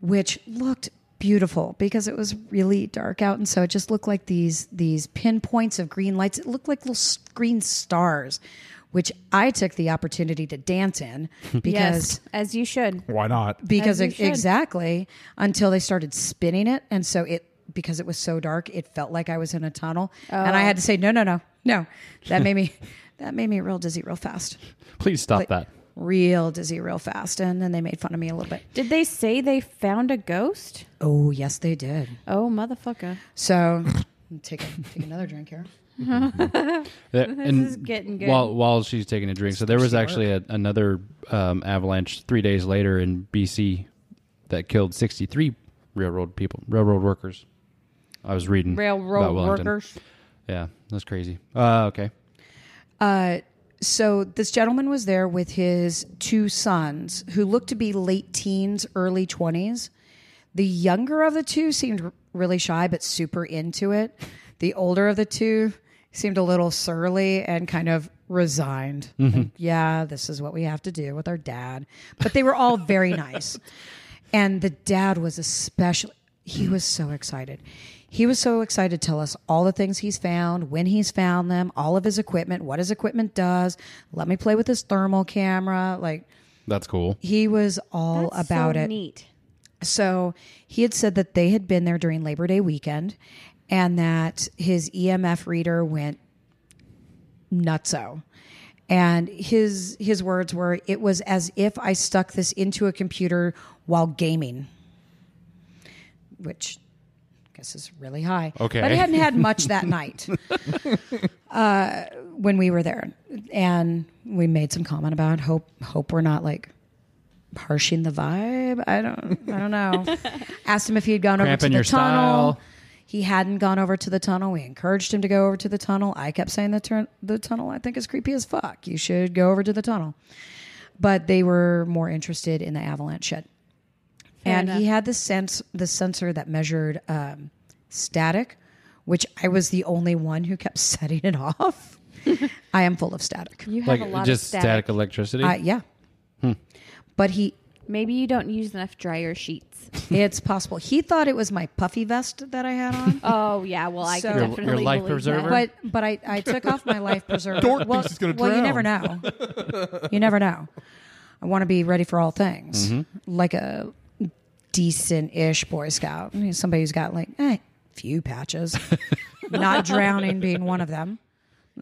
which looked beautiful because it was really dark out, and so it just looked like these these pinpoints of green lights. It looked like little s- green stars, which I took the opportunity to dance
[LAUGHS]
in because
yes, as you should.
Why not?
As
because
you
ex-
should.
exactly until they started spinning it and so it because it was so dark it felt like i was in a tunnel and i had to say no no no no that made me [LAUGHS] that made me real dizzy real fast
Please stop that.
real dizzy real fast and then they made fun of me a little bit
Did they say they found a ghost?
oh yes they did
Oh motherfucker.
so [LAUGHS] take, take another drink here
There- and
is getting good.
While while she's taking a drink, so there was actually a, another um, avalanche three days later in BC that killed sixty three railroad people, railroad workers. I was reading about
Railroad
Wellington.
workers.
Yeah, that's crazy. Uh, okay,
Uh, so this gentleman was there with his two sons who looked to be late teens, early 20s. The younger of the two seemed r- really shy but super into it. The older of the two seemed a little surly and kind of resigned. Like, yeah, this is what we have to do with our dad. But they were all very nice. And the dad was especially, he was so excited. He was so excited to tell us all the things he's found, when he's found them, all of his equipment, what his equipment does. Let me play with his thermal camera. Like,
that's cool.
he was all
That's
about
so
it.
Neat.
So he had said that they had been there during Labor Day weekend and that his EMF reader went nutso. And his his words were it was as if I stuck this into a computer while gaming. Which I guess is really high.
Okay.
But I hadn't had much that night uh, when we were there, and we made some comment about hope. Hope we're not like harshing the vibe. I don't. I
[LAUGHS]
don't know. Asked him if he had gone over
Cramping
to the
your
tunnel.
style.
He hadn't gone over to the tunnel. We encouraged him to go over to the tunnel. I kept saying the turn, the tunnel. I think is creepy as fuck. You should go over to the tunnel. But they were more interested in the avalanche shed, and he had the sense the sensor that measured um, static, which I was the only one who kept [LAUGHS] setting it off.
[LAUGHS]
I am full of static.
You have
Like
a lot
just
of
static. electricity.
Uh, yeah.
Hmm.
But he,
Maybe you don't use enough dryer
[LAUGHS]
sheets.
it's possible. He thought it was my puffy vest that I had
[LAUGHS]
on.
oh yeah, well I
So-
can
Your-
definitely
your life
believe
preserver?
That.
But but I, I took off my life preserver.
Dork
well,
thinks he's gonna
well you
drown.
never know. You never know. I want to be ready for all things,
Mm-hmm.
like a decent-ish Boy Scout. I mean, somebody who's got like eh,
[LAUGHS]
few patches, not drowning being one of them.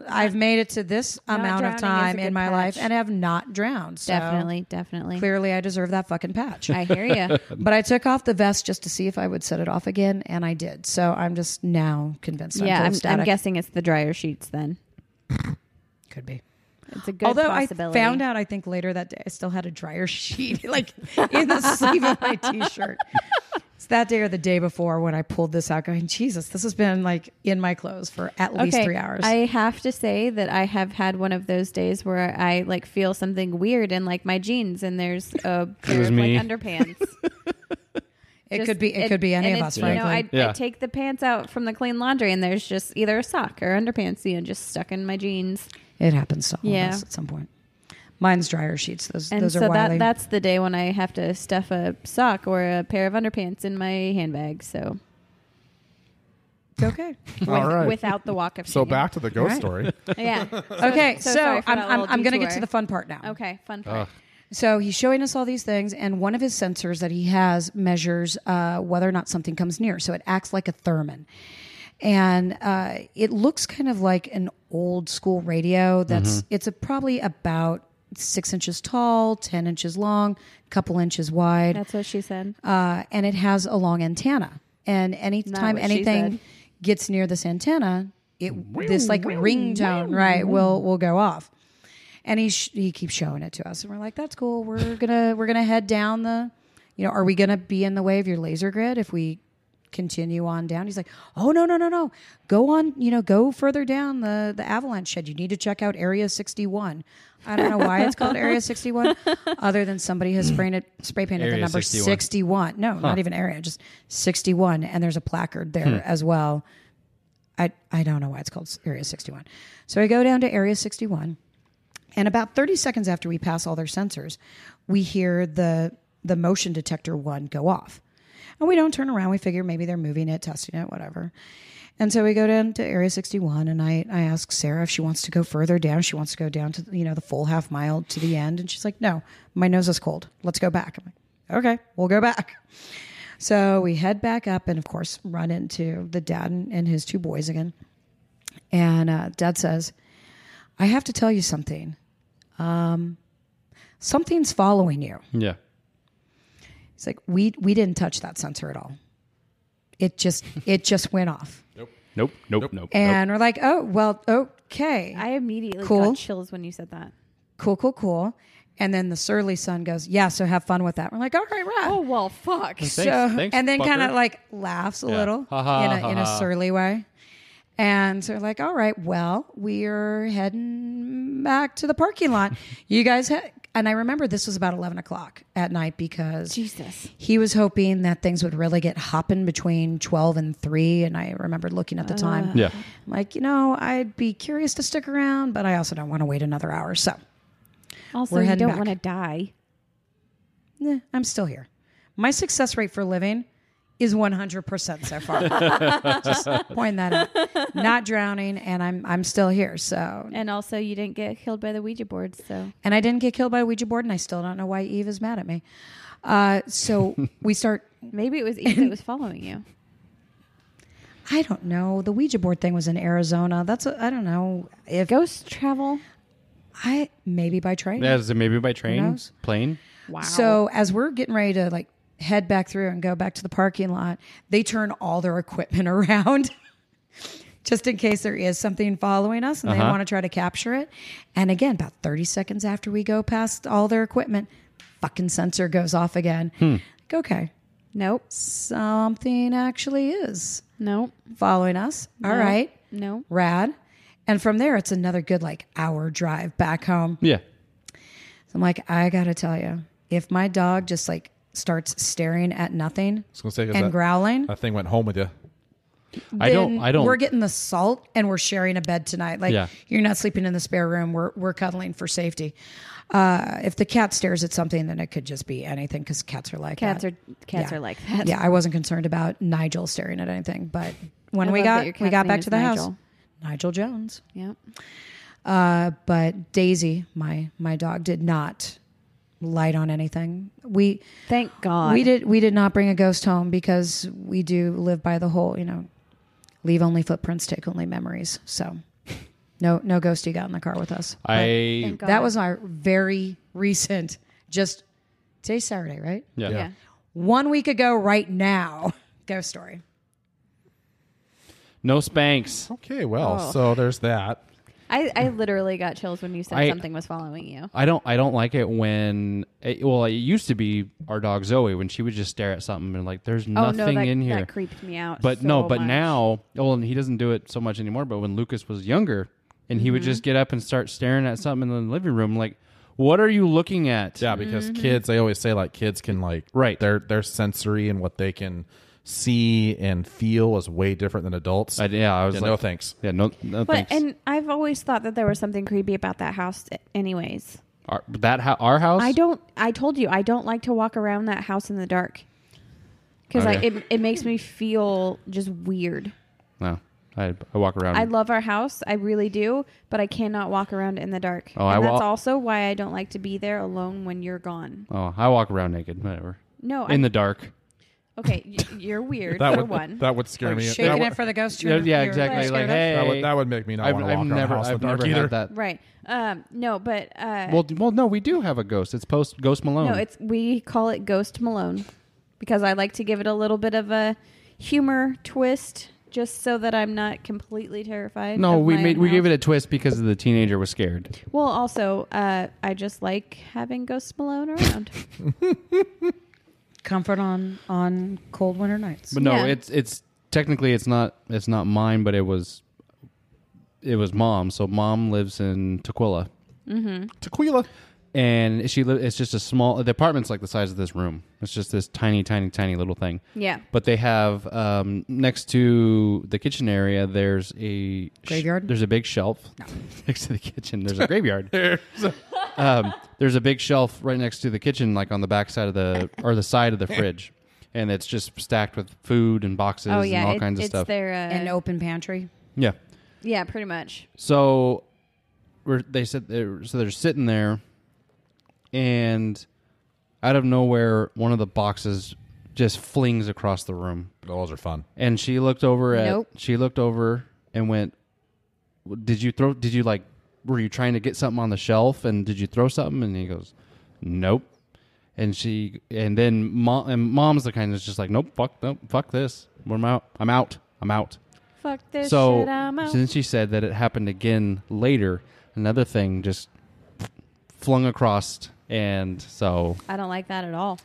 I've made it to this amount
drowning
of
is
time
a good
in my life
patch.
and have not drowned. So
Definitely, definitely.
Clearly, I deserve that fucking
[LAUGHS]
patch.
I hear
[LAUGHS]
you.
But I took off the vest just to see if I would set it off again, and I did. So I'm just now convinced. I'm
yeah,
full of
I'm, I'm
static.
guessing it's the dryer sheets then.
could be.
It's a good
Although I
possibility.
found out, I think later that day, I still had a dryer [LAUGHS] sheet like in the sleeve of my t-shirt. It's that day or the day before when I pulled this out, going, Jesus, this has been like in my clothes for at least three hours.
I have to say that I have had one of those days where I like feel something weird in like my jeans and
[LAUGHS]
there's a pair
was
of
me.
like underpants.
it
Just-
could be. [LAUGHS] It, could be any
and
of
it's,
us,
You know,
frankly.
I,
Yeah.
I take the pants out from the clean laundry and there's just either a sock or underpants, you know, just stuck in my jeans.
it happens to all
Yeah.
of us at some point. Mine's dryer sheets. Those
And
those
so
are wily.
that that's the day when I have to stuff a sock or a pair of underpants in my handbag. So [LAUGHS]
okay.
with-
All right.
without the walk of
so
shame.
back to the ghost
Right. [LAUGHS]
story. [LAUGHS]
Yeah.
Okay,
so
so,
sorry
I'm,
for that
I'm,
little
I'm going to get
detour.
to the fun part now.
Okay. Fun fact.
So he's showing us all these things, and one of his sensors that he has measures uh, whether or not something comes near. So it acts like a Thurman. And uh, it looks kind of like an old school radio that's, it's a, probably about six inches tall, 10 inches long, couple inches wide
That's what she said.
uh, and it has a long antenna. And anytime
what she said.
anything gets near this antenna, it this like ringtone right will will go off. And he sh- he keeps showing it to us, and we're like, "That's cool. We're [LAUGHS] gonna we're gonna head down the, you know, are we gonna be in the way of your laser grid if we continue on down?" He's like, "Oh no no no no, go on, you know, go further down the the avalanche shed. You need to check out Area 61." I don't know why it's called Area 61,
[LAUGHS]
other than somebody has sprayed it, spray painted the
Area
number
61.
61. 61. No, not even area, just 61. And there's a placard there as well. I, I don't know why it's called Area 61. So I go down to Area 61. And about 30 seconds after we pass all their sensors, we hear the, the motion detector one go off. And we don't turn around. We figure maybe they're moving it, testing it, whatever. And so we go down to Area 61, and I, I ask Sarah if she wants to go further down. She wants to go down to, you know, the full half mile to the end. And she's like, no, my nose is cold. Let's go back. I'm like, okay, we'll go back. So we head back up and, of course, run into the dad and, and his two boys again. And uh, dad says, I have to tell you something. Um, something's following you.
Yeah.
It's like we we didn't touch that sensor at all. It just it just went off,
Nope. Nope. Nope. [LAUGHS] nope.
and we're like, oh well, okay,
I immediately
Cool.
got chills when you said that.
cool, cool, cool. And then the surly son goes, yeah, so have fun with that. We're like, all right, right.
Oh, well, fuck.
Oh, Thanks- thanks,
and then kind
fucker.
of like laughs a
Yeah.
little
Ha, ha,
in, a,
ha,
in a
ha.
surly way. And so like, all right, well, we're heading back to the parking lot. You guys, ha-. and I remember this was about 11 o'clock at night because
[LAUGHS] Jesus.
he was hoping that things would really get hopping between 12 and 3. And I remember looking at the time.
Yeah.
I'm like, you know, I'd be curious to stick around, but I also don't want to wait another hour. So
Also,
We're
you don't
heading back.
want to die.
eh, I'm still here. My success rate for living is 100% so far. [LAUGHS] Just point that out. Not drowning, and I'm I'm still here. So,
And also, you didn't get killed by the Ouija board, so
and I didn't get killed by a Ouija board, and I still don't know why Eve is mad at me. Uh, so we start.
maybe it was Eve that was following you.
I don't know. The Ouija board thing was in Arizona. That's a, I don't know if
[LAUGHS] Ghost travel.
I maybe by train.
Yeah, is it maybe by
Who
train,
knows?
plane?
Wow.
So as we're getting ready to like head back through and go back to the parking lot, they turn all their equipment [LAUGHS] around just in case there is something following us and they want to try to capture it. And again, about 30 seconds after we go past all their equipment, fucking sensor goes off again. Like, okay,
nope,
something actually is
nope.
following us. All right,
nope.
rad. And from there, it's another good like hour drive back home.
Yeah.
So I'm like, I gotta tell you, if my dog just like starts staring at nothing
was gonna say, 'cause
and
that-
growling,
That thing went home with you.
I don't.
then
I don't.
We're getting the salt, and we're sharing a bed tonight. Like
Yeah.
you're not sleeping in the spare room. We're we're cuddling for safety. Uh, if the cat stares at something, then it could just be anything because cats are like
Cats
that.
are cats
Yeah.
are like that.
Yeah, I wasn't concerned about Nigel staring at anything, but when
I
we
love that
got
your cat's
we got
name
back
is
to the house,
Nigel.
Nigel Jones.
Yep.
Uh, but Daisy, my my dog, did not light on anything. We
Thank God.
we did we did not bring a ghost home because we do live by the whole, you know, leave only footprints, take only memories. So no no ghosty got in the car with us.
I
Thank God.
That was our very recent just today's Saturday, right?
yeah.
yeah.
One week ago right now. Ghost story.
no spanks.
Okay, well,
Oh.
so there's that.
I, I literally got chills when you said
I-
something was following you.
I don't I don't like it when it, well it used to be our dog Zoe when she would just stare at something and like there's
Oh
nothing
no, that,
in here.
that creeped me out.
But
so
no, but
much.
now, well, and he doesn't do it so much anymore. But when Lucas was younger, and he would
Mm-hmm.
just get up and start staring at something in the living room, like, what are you looking at?
Yeah, Uh, because
Mm-hmm.
kids, they always say like kids can like
Right.
their their sensory and what they can see and feel is way different than adults.
I, yeah, I was
Yeah,
like,
no thanks.
yeah, no, no
But
thanks.
and I've always thought that there was something creepy about that house, anyways.
our, that ho- our house.
I don't. I told you I don't like to walk around that house in the dark because
Okay.
it it makes me feel just weird.
No, I, I walk around.
I love our house, I really do, but I cannot walk around in the dark.
Oh,
and
I
that's
wa-
also why I don't like to be there alone when you're gone.
oh, I walk around naked. Whatever.
No,
in
I,
the dark.
okay, y- you're
[LAUGHS]
weird
That
for
would
one.
that would scare me. That
Shaking
would,
it for the ghost
Yeah,
you're-
yeah,
you're
exactly. Like,
scared of?
hey,
that would that would make me not
I've,
want to walk
I've
around
never,
the house
I've
in the dark
never
either.
had that.
right? Um, no, but uh,
Well, d- well, no, we do have a ghost. It's post Ghost Malone.
no, it's we call it Ghost Malone because I like to give it a little bit of a humor twist, just so that I'm not completely terrified.
no.
of
We
my
made
own
we gave
house.
it a twist because the teenager was scared.
Well, also, uh, I just like having Ghost Malone around.
Comfort on on cold winter nights.
But no,
Yeah.
it's it's technically it's not it's not mine, but it was it was mom. So mom lives in Tequila,
Tequila.
and she li- it's just a small the apartment's like the size of this room. It's just this tiny, tiny, tiny little thing.
[LAUGHS] yeah.
But they have um, next to the kitchen area. There's a sh-
Graveyard?
there's a big shelf [LAUGHS] next to the kitchen. There's
[LAUGHS]
a graveyard. there's a, [LAUGHS] um, there's a big shelf right next to the kitchen, like on the back side of the or the side of the fridge, and it's just stacked with food and boxes
Oh yeah,
and all
it-
kinds of
it's
stuff.
their uh,
An open pantry.
Yeah.
yeah, pretty much.
So we're, they said they were- so they're sitting there, and out of nowhere, one of the boxes just flings across the room.
Those are fun.
And she looked over at
Nope.
she looked over and went, "W- "Did you throw? Did you like? Were you trying to get something on the shelf? And did you throw something?" And he goes, "Nope." And she and then mom and mom's the kind that's just like, "Nope, fuck, nope, fuck this. I'm out. I'm out. I'm out."
Fuck this
so
shit. I'm out.
since she said that it happened again later, another thing just flung across, and so
I don't like that at all.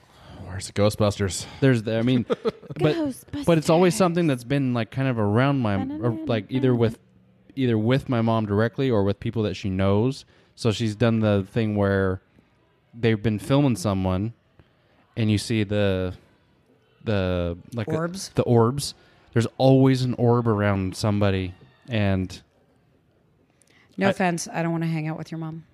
Where's the Ghostbusters?
there's the,
[LAUGHS]
I mean, but but it's always something that's been like kind of around my or like either with either with my mom directly or with people that she knows. So she's done the thing where they've been filming someone, and you see the the like the-
Orbs?
the orbs. There's always an orb around somebody, and
No
I-
offense, I don't want to hang out with
[LAUGHS]
your mom.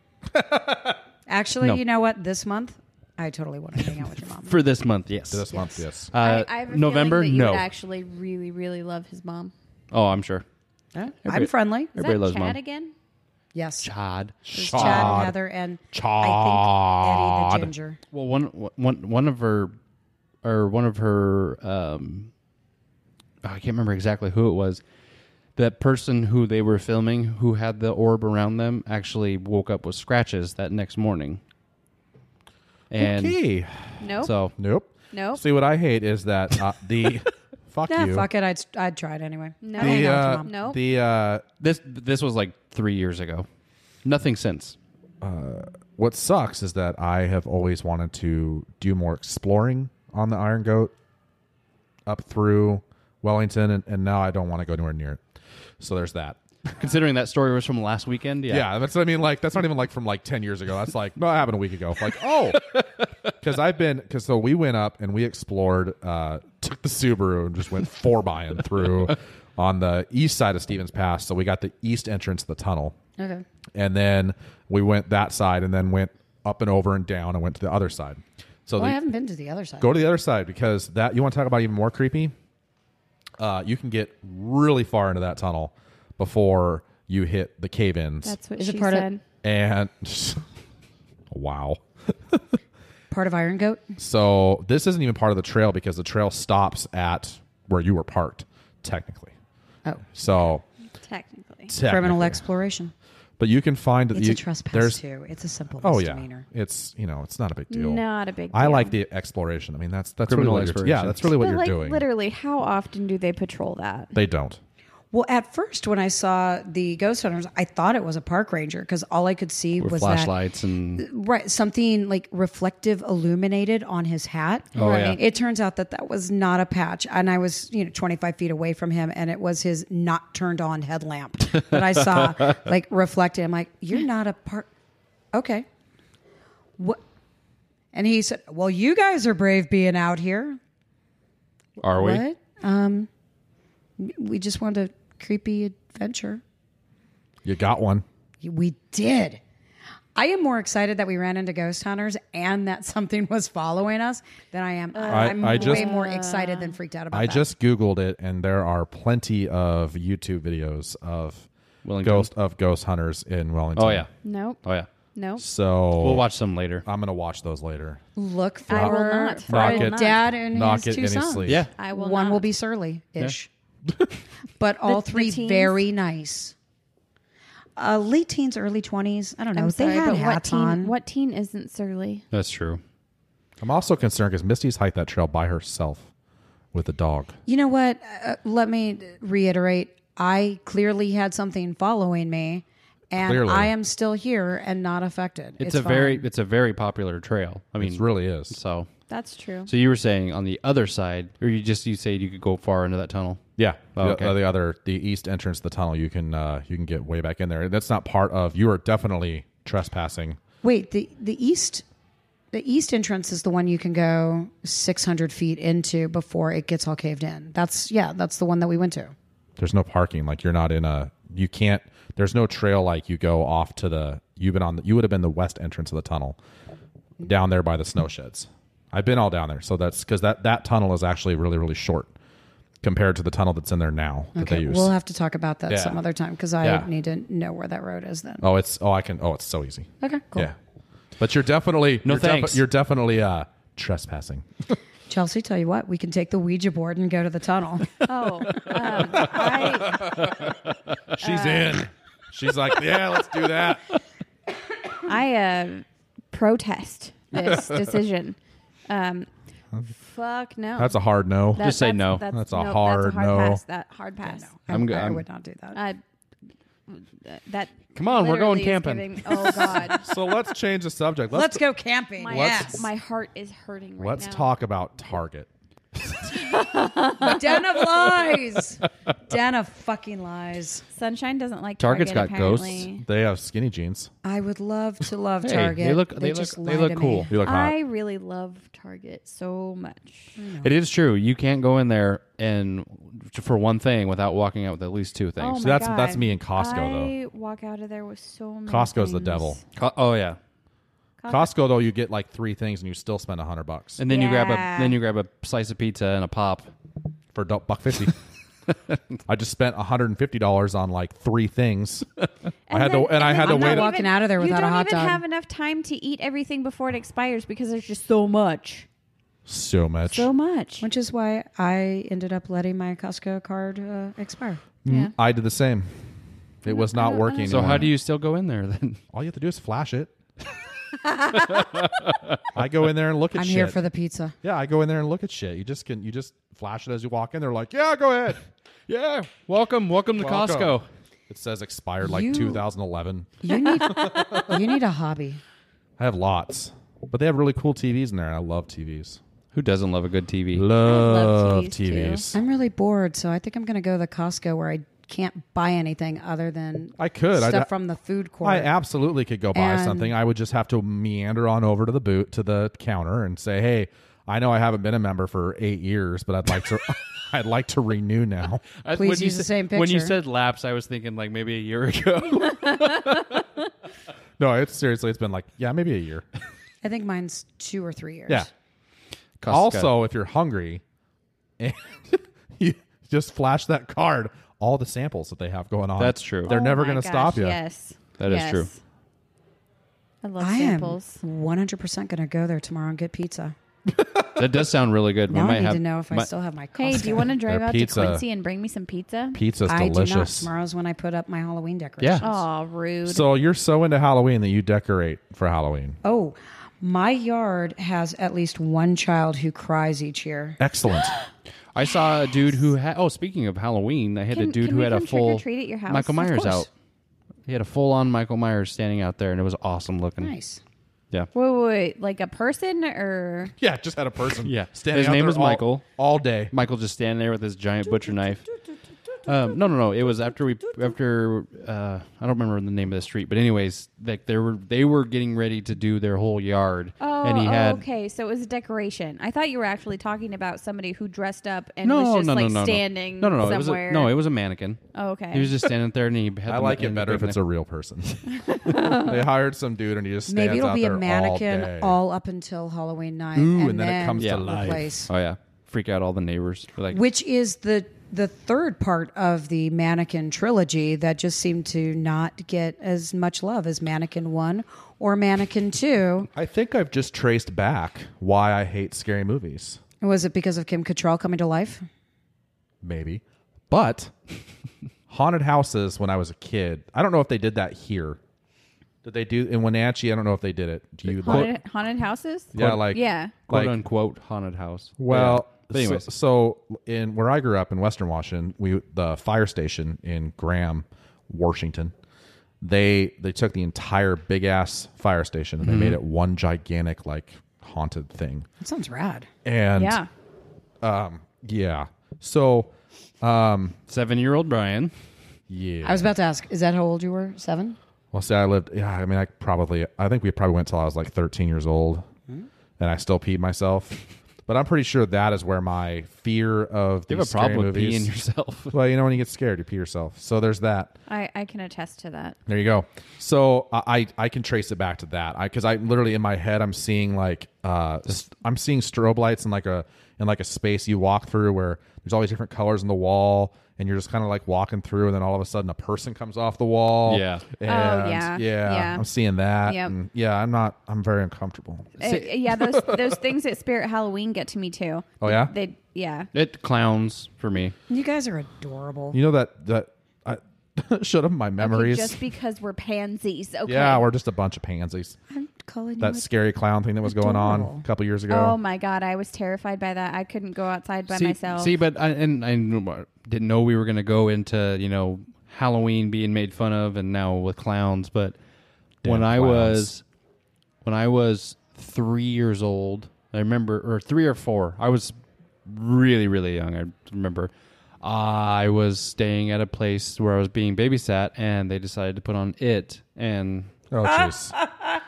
Actually,
No.
you know what? This month, I totally want to hang out with your mom.
for this month, yes,
This month, yes.
Uh,
I, I have a
November,
feeling that you
no.
would actually really, really love his mom.
oh, I'm sure.
I'm friendly.
Is
Everybody
that
loves
Chad
mom.
again?
Yes.
Chad.
There's Chad, Heather, and I think Eddie the ginger.
Well, one one one of her, or one of her, um, oh, I can't remember exactly who it was. That person who they were filming, who had the orb around them, actually woke up with scratches that next morning. And
Okay.
No.
so,
Nope.
Nope.
See what I hate is that uh,
[LAUGHS]
the fuck
Nah,
you.
fuck it. I'd, I'd try it anyway.
No.
I'd hang
The
out with your
uh,
mom.
Nope.
the uh,
this this was like three years ago. Nothing since.
what sucks is that I have always wanted to do more exploring on the Iron Goat up through Wellington, and, and now I don't want to go anywhere near it. So there's that.
Considering that story was from last weekend, yeah.
Yeah. that's what I mean. Like that's not even like from like ten years ago. That's like no, that happened a week ago. Like oh, because I've been because so we went up and we explored, uh, took the Subaru and just went four buying through on the east side of Stevens Pass. So we got the east entrance of the tunnel
Okay.
and then we went that side and then went up and over and down and went to the other side so
Well, I
the-
haven't been to the other side.
go to the other side because that you want to talk about even more creepy uh, you can get really far into that tunnel before you hit the cave-ins
That's what
[LAUGHS]
Is it
she
part of-
said.
and wow
Part of Iron Goat.
So this isn't even part of the trail because the trail stops at where you were parked, technically.
Oh,
So
Technically.
technically.
criminal exploration.
But you can find
It's
you,
a trespass
there's-
too. It's a simple
Oh yeah,
misdemeanor.
it's you know it's not a big deal.
Not a big
I
deal.
like the exploration. I mean that's that's
Criminal
really what you're, yeah
exploration.
that's really what
but
you're
like
doing.
literally, how often do they patrol that?
They don't.
Well, at first when I saw the ghost hunters, I thought it was a park ranger because all I could see
with
was
flashlights and
that right something like reflective illuminated on his hat.
Oh, yeah.
It turns out that that was not a patch, and I was you know 25 feet away from him, and it was his not turned on headlamp that
[LAUGHS]
I saw like reflected. I'm like, you're not a park. Okay, what? And he said, "Well, you guys are brave being out here.
are we?
What? Um, we just want a creepy adventure.
You got one.
We did. I am more excited that we ran into ghost hunters and that something was following us than I am. I'm
Uh, I
way
just-
more excited than freaked out about
I
that.
just googled it, and there are plenty of YouTube videos of
Wellington.
ghost of ghost hunters in Wellington.
Oh yeah,
Nope.
oh yeah.
Nope.
So
We'll watch some later.
I'm gonna watch those later.
look for
I will not.
for
Knock
a
it-
dad and
Knock
his
it
two
any
sons.
sleep.
yeah,
I will
One
not.
will be surly ish, [LAUGHS]
[LAUGHS]
but all
The- the
three
teens?
very nice. Uh, late teens, early twenties. I don't know.
I'm sorry,
they had
but what
hats
teen?
on.
What teen isn't surly?
that's true.
I'm also concerned because Misty's hiked that trail by herself with a dog.
You know what? Uh, let me reiterate. I clearly had something following me, and
Clearly.
I am still here and not affected.
It's, a
fine.
very it's a very popular trail. I mean,
It really is.
so
That's
[LAUGHS]
true.
so you were saying on the other side, or you just you say you could go far into that tunnel.
Yeah,
Oh,
the,
okay.
the other the east entrance of the tunnel. You can uh, you can get way back in there. That's not part of. You are definitely trespassing.
wait. the The east, the east entrance is the one you can go six hundred feet into before it gets all caved in. That's yeah. That's the one that we went to.
There's no parking. Like you're not in a. You can't. There's no trail. Like you go off to the. You've been on. The, you would have been the west entrance of the tunnel, down there by the snow sheds. I've been all down there. So that's because that that tunnel is actually really really short compared to the tunnel that's in there now that they
Okay,
use.
we'll uh, have to talk about that
Yeah.
some other time because I
Yeah.
need to know where that road is then.
oh, it's oh I can oh it's so easy.
Okay, cool.
Yeah, but you're definitely
No
you're defi-
thanks.
you're definitely uh
[LAUGHS]
trespassing.
Chelsea, tell you what, we can take the Ouija board and go to the tunnel.
Oh, um, I,
She's in. She's like, yeah, let's do
[LAUGHS]
that.
I uh, protest this
[LAUGHS]
decision. Um, fuck no.
That's a hard no.
That-
Just say no.
That's a hard no.
pass. That hard pass.
I'm
I,
go-
I
I'm-
would not do that.
I, th- that.
Come on, we're
literally
going
is
camping.
giving- oh
[LAUGHS]
God,
so let's change the subject.
Let's go camping.
my,
yes.
my heart is hurting right
Let's
now.
talk about Target.
Den of lies. Den of fucking lies.
Sunshine doesn't like
Target's
Target,
got
apparently.
ghosts.
They have skinny jeans.
I would love to love
Hey,
Target.
they look they,
just
look they
lie
look
to me.
cool.
You look hot.
I really love Target so much.
Hmm.
It is true. You can't go in there and for one thing without walking out with at least two
Oh
things.
my
that's-
God.
that's me and Costco,
I though. walk out of there with so many.
Costco's the
things.
devil.
Co- oh yeah,
Costco though, you get like three things and you still spend a hundred bucks
and then you grab
Yeah.
a then you grab a slice of pizza and a pop.
for do- buck fifty. I just spent hundred and fifty dollars on like three things. I had to and I had to
I'm not
wait.
walking out of there without
you
a
don't
hot
even
dog.
have enough time to eat everything before it expires because there's just so much,
so much.
so much.
Which is why I ended up letting my Costco card uh, expire.
Yeah.
I did the same. It was not working.
So
anymore.
how do you still go in there then?
All you have to do is flash it. I go in there and look at
I'm
shit.
here for the pizza.
Yeah, I go in there and look at shit. You just can you just flash it as you walk in. They're like, yeah, go ahead.
Yeah, [LAUGHS] welcome, welcome to
Welcome.
Costco.
It says expired like
You-
2011.
[LAUGHS]
You need you need a hobby.
I have lots, but they have really cool TVs in there, and I love TVs.
Who doesn't love a good TV?
Love
TVs,
TVs.
I'm really bored, so I think I'm going to go to the Costco where I can't buy anything other than
I could. I'd-
stuff from the food court.
I absolutely could go buy
And-
something. I would just have to meander on over to the boot to the counter and say, "Hey, I know I haven't been a member for eight years, but I'd like
[LAUGHS]
to, [LAUGHS] I'd like to renew now."
I-
Please
when you
use the
sa-
same
When you
picture.
said lapse, I was thinking like maybe a year [LAUGHS] ago.
No, it's seriously, it's been like, yeah, maybe a year.
I think mine's two or three years.
Yeah. Also, if you're hungry, [LAUGHS] and you just flash that card, all the samples that they have going on.
That's true.
They're
Oh
never
my
going to
gosh,
stop you.
Yes,
That is
Yes.
true.
I love
I
samples.
am 100% going to go there tomorrow and get pizza.
That does sound really good.
Now
we might
I need
have,
to know if I
might-
still have my Costco.
Hey, do you want to drive out
pizza-
to Quincy and bring me some pizza?
Pizza's
I do not.
delicious.
Tomorrow's when I put up my Halloween decorations.
Yeah.
Oh, rude.
So you're so into Halloween that you decorate for Halloween.
Oh, my yard has at least one child who cries each year.
Excellent.
I saw a dude who had. Oh, speaking of Halloween, I had a
Can-
dude
can
who
we
had a
come trick or
full
treat at your house?
Michael
Of
Myers
course.
out. He had a full-on Michael Myers standing out there, and it was awesome looking.
Nice.
Yeah.
Wait, wait, wait, like a person or
yeah, just had a person.
Yeah.
standing
His
out
name
there
was
all-
Michael.
All day.
Michael just standing there with his giant butcher knife. Um, no, no, no. It was after we after uh, I don't remember the name of the street, but anyways, like they were they were getting ready to do their whole yard,
Oh,
and he
oh,
had
okay. So it was a decoration. I thought you were actually talking about somebody who dressed up and
no,
was just
no, no,
like
no, no.
standing
No, no, no. It was
somewhere.
a, no, it was a mannequin.
Oh, okay.
He was just standing there, and he had.
I
the-
like it
and the
better if
big
it's a real person. [LAUGHS] they hired some dude and he just stands
Maybe it'll
out
be
there
a mannequin
all, day.
all, up until Halloween night.
Ooh,
and,
and then it comes to life.
replace.
knife. Oh yeah, freak out all the neighbors. They're Like
Which is the the third part of the mannequin trilogy that just seemed to not get as much love as Mannequin One or Mannequin Two.
I think I've just traced back why I hate scary movies.
Was it because of Kim Cattrall coming to life?
Maybe. But haunted houses when I was a kid. I don't know if they did that here. Did they do in Wenatchee? I don't know if they did it. Do you like,
haunted, haunted houses?
Yeah, like
Yeah.
quote
like
unquote haunted house.
Well,
Yeah. But anyways,
so, so in where I grew up in Western Washington, we the fire station in Graham, Washington, they they took the entire big ass fire station and they
Mm-hmm.
made it one gigantic like haunted thing.
That sounds rad.
And
Yeah.
yeah. So
seven-year-old Brian.
yeah.
I was about to ask, is that how old you were? Seven?
well, see, I lived. Yeah, I mean, I probably. I think we probably went till I was like 13 years old, and I still peed myself. But I'm pretty sure that is where my fear of the
You have a problem with
movies. [LAUGHS]
peeing yourself.
well, you know when you get scared, you pee yourself. So there's that.
I, I can attest to that.
There you go. So I I I can trace it back to that. I because I literally in my head I'm seeing like uh st- I'm seeing strobe lights in like a in like a space you walk through where there's all these different colors on the wall and you're just kind of like walking through and then all of a sudden a person comes off the wall.
Yeah.
And
Oh, yeah.
yeah.
Yeah.
I'm seeing that.
Yep.
and yeah. I'm not. I'm very uncomfortable.
Uh, yeah,
[LAUGHS]
those those things at Spirit Halloween get to me too.
Oh, yeah?
They yeah.
It clowns for me.
You guys are adorable.
You know that that I [LAUGHS] shut up my
Okay,
memories.
just because we're pansies. Okay.
yeah, we're just a bunch of pansies.
I'm calling
That
you.
scary clown thing that was going on
adorable.
a couple years ago.
Oh my god, I was terrified by that. I couldn't go outside by
see,
myself.
see, but I, and I knew- didn't know we were going to go into you know Halloween being made fun of, and now with clowns. But when I
clowns.
was when I was three years old, I remember, or three or four. I was really, really young. I remember. I was staying at a place where I was being babysat, and they decided to put on it, and
oh
ah,
jeez.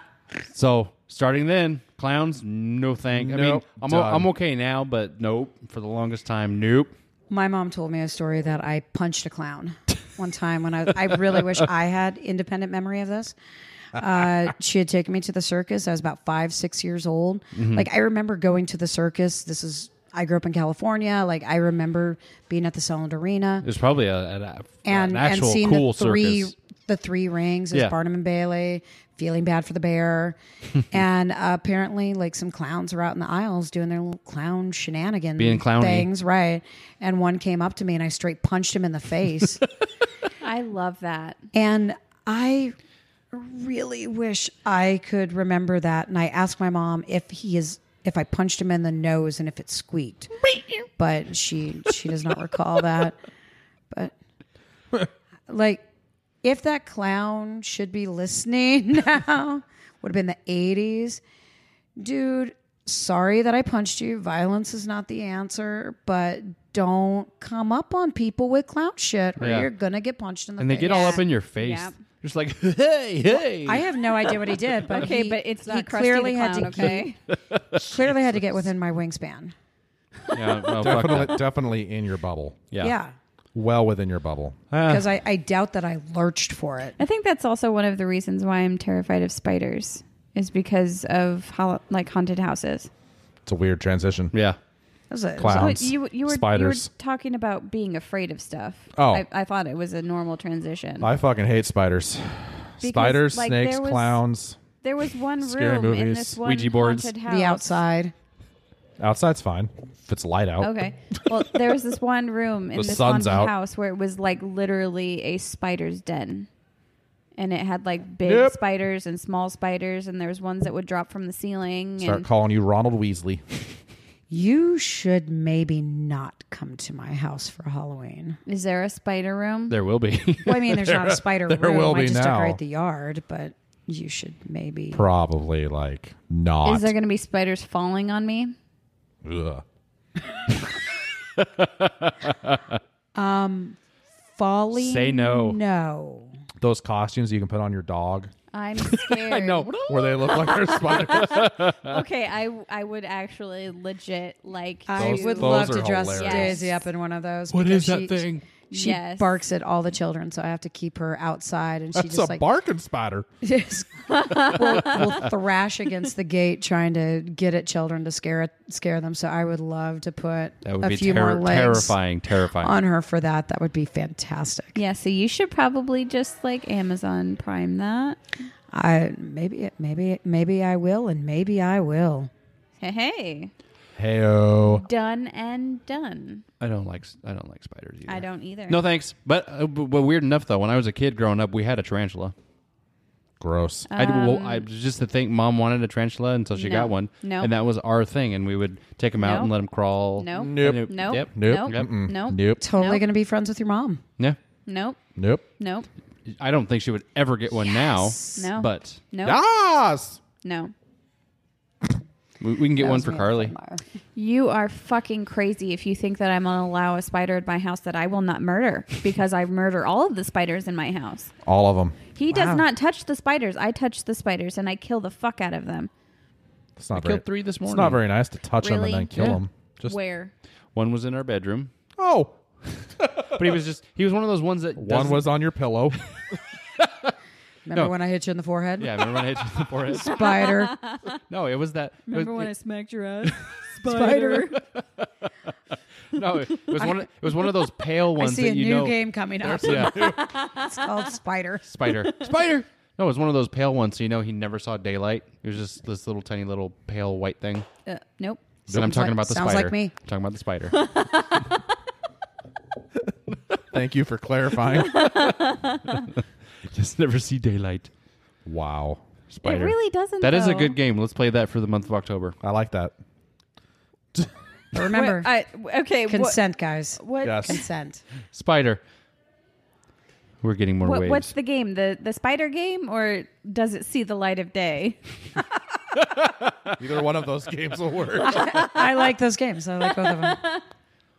so starting then, clowns, no thank. I mean,
Nope,
I'm, o-
done.
I'm okay now, but nope. For the longest time, nope.
My mom told me a story that I punched a clown one time when I, I really wish I had independent memory of this. Uh, she had taken me to the circus. I was about five, six years old. Like I remember going to the circus. This is I grew up in California. Like I remember being at the Solent Arena
It was probably a, a- a-
and
an
and
actual
seeing
cool
the three
circus.
the three rings as
Yeah.
Barnum and Bailey, feeling bad for
[LAUGHS]
the bear, and uh, apparently like some clowns were out in the aisles doing their little clown shenanigans,
Being clowny.
things, right? And one came up to me and I straight punched him in the face,
I love that.
and I really wish I could remember that. And I asked my mom if he is if I punched him in the nose and if it squeaked, but she she does not recall that. But like, if that clown should be listening [LAUGHS] now, would have been the eighties, dude. Sorry that I punched you. Violence is not the answer, but don't come up on people with clown shit, or
Yeah.
you're gonna get punched in the
And they
face.
get all up in your face.
Yep.
Just like, [LAUGHS] hey, hey.
I have no idea what he did, but
Okay,
he-
but it's
he
not Krusty
clearly
the
had to
Clown, okay?
he clearly had to get within my wingspan.
yeah, well, fuck
ah.
that.
definitely, definitely in your bubble.
yeah. Ah,
Yeah,
Well within your bubble.
because I, I doubt that I lurched for it.
I think that's also one of the reasons why I'm terrified of spiders is because of how like haunted houses.
It's a weird transition.
Yeah.
That was a- it was a-
But
Clowns.
you you were
spiders.
you were talking about being afraid of stuff.
Oh.
I, I thought it was a normal transition.
I fucking hate spiders.
Because,
spiders,
like,
snakes,
there was-
clowns.
There was one
Scary
room in
movies,
this one
Ouija boards.
haunted house.
The outside.
Outside's fine if it's light out.
Okay. Well, there was this one room in
The
this
sun's
haunted
out.
house where it was like literally a spider's den. And it had like big
Nope.
spiders and small spiders, and there was ones that would drop from the ceiling.
Start
and
calling you Ronald Weasley.
You should maybe not come to my house for Halloween.
is there a spider room?
There will be. [LAUGHS]
Well, I mean, there's not a spider
there
room.
will
I
be
just
now.
decorate the yard, but you should maybe.
Probably like not.
Is there going to be spiders falling on me?
Ugh.
Folly?
Say no.
No.
Those costumes you can put on your dog
I'm scared.
[LAUGHS] I know.
where they look like they're spiders.
Okay, I I would actually legit like
I
Those-
to
would
those
love
are
to dress
hilarious.
Daisy up in one of those. What is that thing? She
Yes.
barks at all the children, so I have to keep her outside, and she
It's a
just like
barking spider.
Yes. will, will thrash against the gate trying to get at children to scare scare them. So I would love to put
That would
a
be
few
terri-
more legs
terrifying. Terrifying.
on her for that. That would be fantastic.
Yeah, so you should probably just like Amazon Prime that.
I maybe it- maybe maybe I will, and maybe I will.
Hey, hey.
Heyo.
done and done.
I don't like. s- I don't like spiders either.
I don't either.
No thanks. But uh, b- but weird enough though, when I was a kid growing up, we had a tarantula.
Gross.
I'd,
Um,
well, I just to think, mom wanted a tarantula until she
No.
got one.
No.
and that was our thing, and we would take them out and
No.
let them crawl.
Nope.
Nope.
And it-
Nope.
Yep.
Nope.
Nope.
Mm-mm.
Nope.
Nope.
Totally
Nope.
going to be friends with your mom.
Yeah.
Nope.
Nope.
Nope.
I don't think she would ever get one now.
No.
But
Nope.
Yes.
No.
we, we can get one for
me.
Carly.
You are fucking crazy if you think that I'm gonna allow a spider at my house that I will not murder because I murder all of the spiders in my house.
All of them.
He does not touch the spiders. I touch the spiders and I kill the fuck out of them.
It's not
I
very,
killed three this
It's
morning.
not very nice to touch them
Really?
and then kill
Yeah.
them. Just
Where?
One was in our bedroom,
oh,
but he was just he was one of those ones that
one
doesn't-
was on your pillow. [LAUGHS]
Remember
No.
when I hit you in the
[LAUGHS]
forehead?
Yeah, remember when I hit you in the forehead?
[LAUGHS] Spider,
No, it was that. it, was-
smacked your ass?
[LAUGHS] spider.
No, it
[LAUGHS]
was one. Of, it was one of those pale
I
ones
see
that
a
you
new
know.
game coming
[LAUGHS]
up.
Yeah,
It's
[LAUGHS]
called [LAUGHS] Spider.
[LAUGHS] spider, spider. No, it was one of those pale ones. So you know, he never saw daylight. It was just this little tiny little pale white thing.
Uh, nope.
and I'm
Sounds
talking
like-
about the
sounds
spider.
like me.
I'm talking about the
[LAUGHS]
spider.
Thank you for clarifying.
just never see daylight.
wow,
It
Spider.
really doesn't.
That is a
though.
good game. Let's play that for the month of October.
I like
[LAUGHS]
that.
But remember,
Wait, I, okay. what-
consent, guys.
What?
Yes.
Consent.
Spider. We're getting more
What,
waves.
what's the game? The the spider game, or does it see the light of day? [LAUGHS]
Either one of those games will work.
[LAUGHS]
I like those games. I like both of them.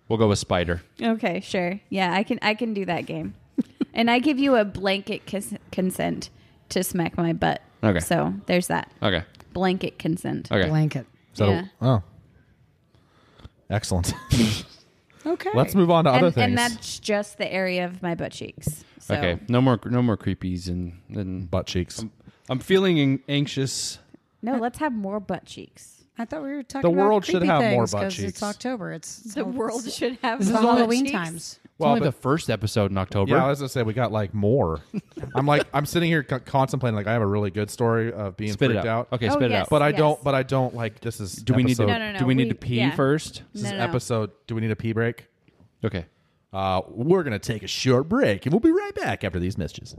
we'll go with spider.
Okay, sure. Yeah, I can I can do that [LAUGHS] game, and I give you a blanket cons- consent to smack my butt.
Okay.
So there's that
Okay.
blanket consent.
Okay.
Blanket.
So,
Yeah.
oh,
[LAUGHS]
excellent.
Okay.
Let's move on to other
And,
things.
and that's just the area of my butt cheeks. So.
Okay. No more. No more creepies and and.
Butt cheeks.
I'm feeling an- anxious.
No, let's have more butt cheeks.
I thought we were talking.
The
about
world should
creepy
have more
things
butt
'cause
cheeks.
It's October. It's,
[LAUGHS] The world should have.
This is
butt
Halloween
cheeks.
times.
Well,
it's only
but-
the first episode in October.
Yeah, I was gonna say we got like more. I'm like I'm sitting here co- contemplating like I have a really good story of being
spit it
freaked
out.
out.
Okay,
Oh,
spit it
yes.
out.
but I don't. But I don't like this is.
Do we need to?
episode-
No, no, no,
do we need
we-
to pee
yeah.
first?
This is
No, no, no.
episode. Do we need a pee break?
Okay.
Uh, we're gonna take a short break and we'll be right back after these messages.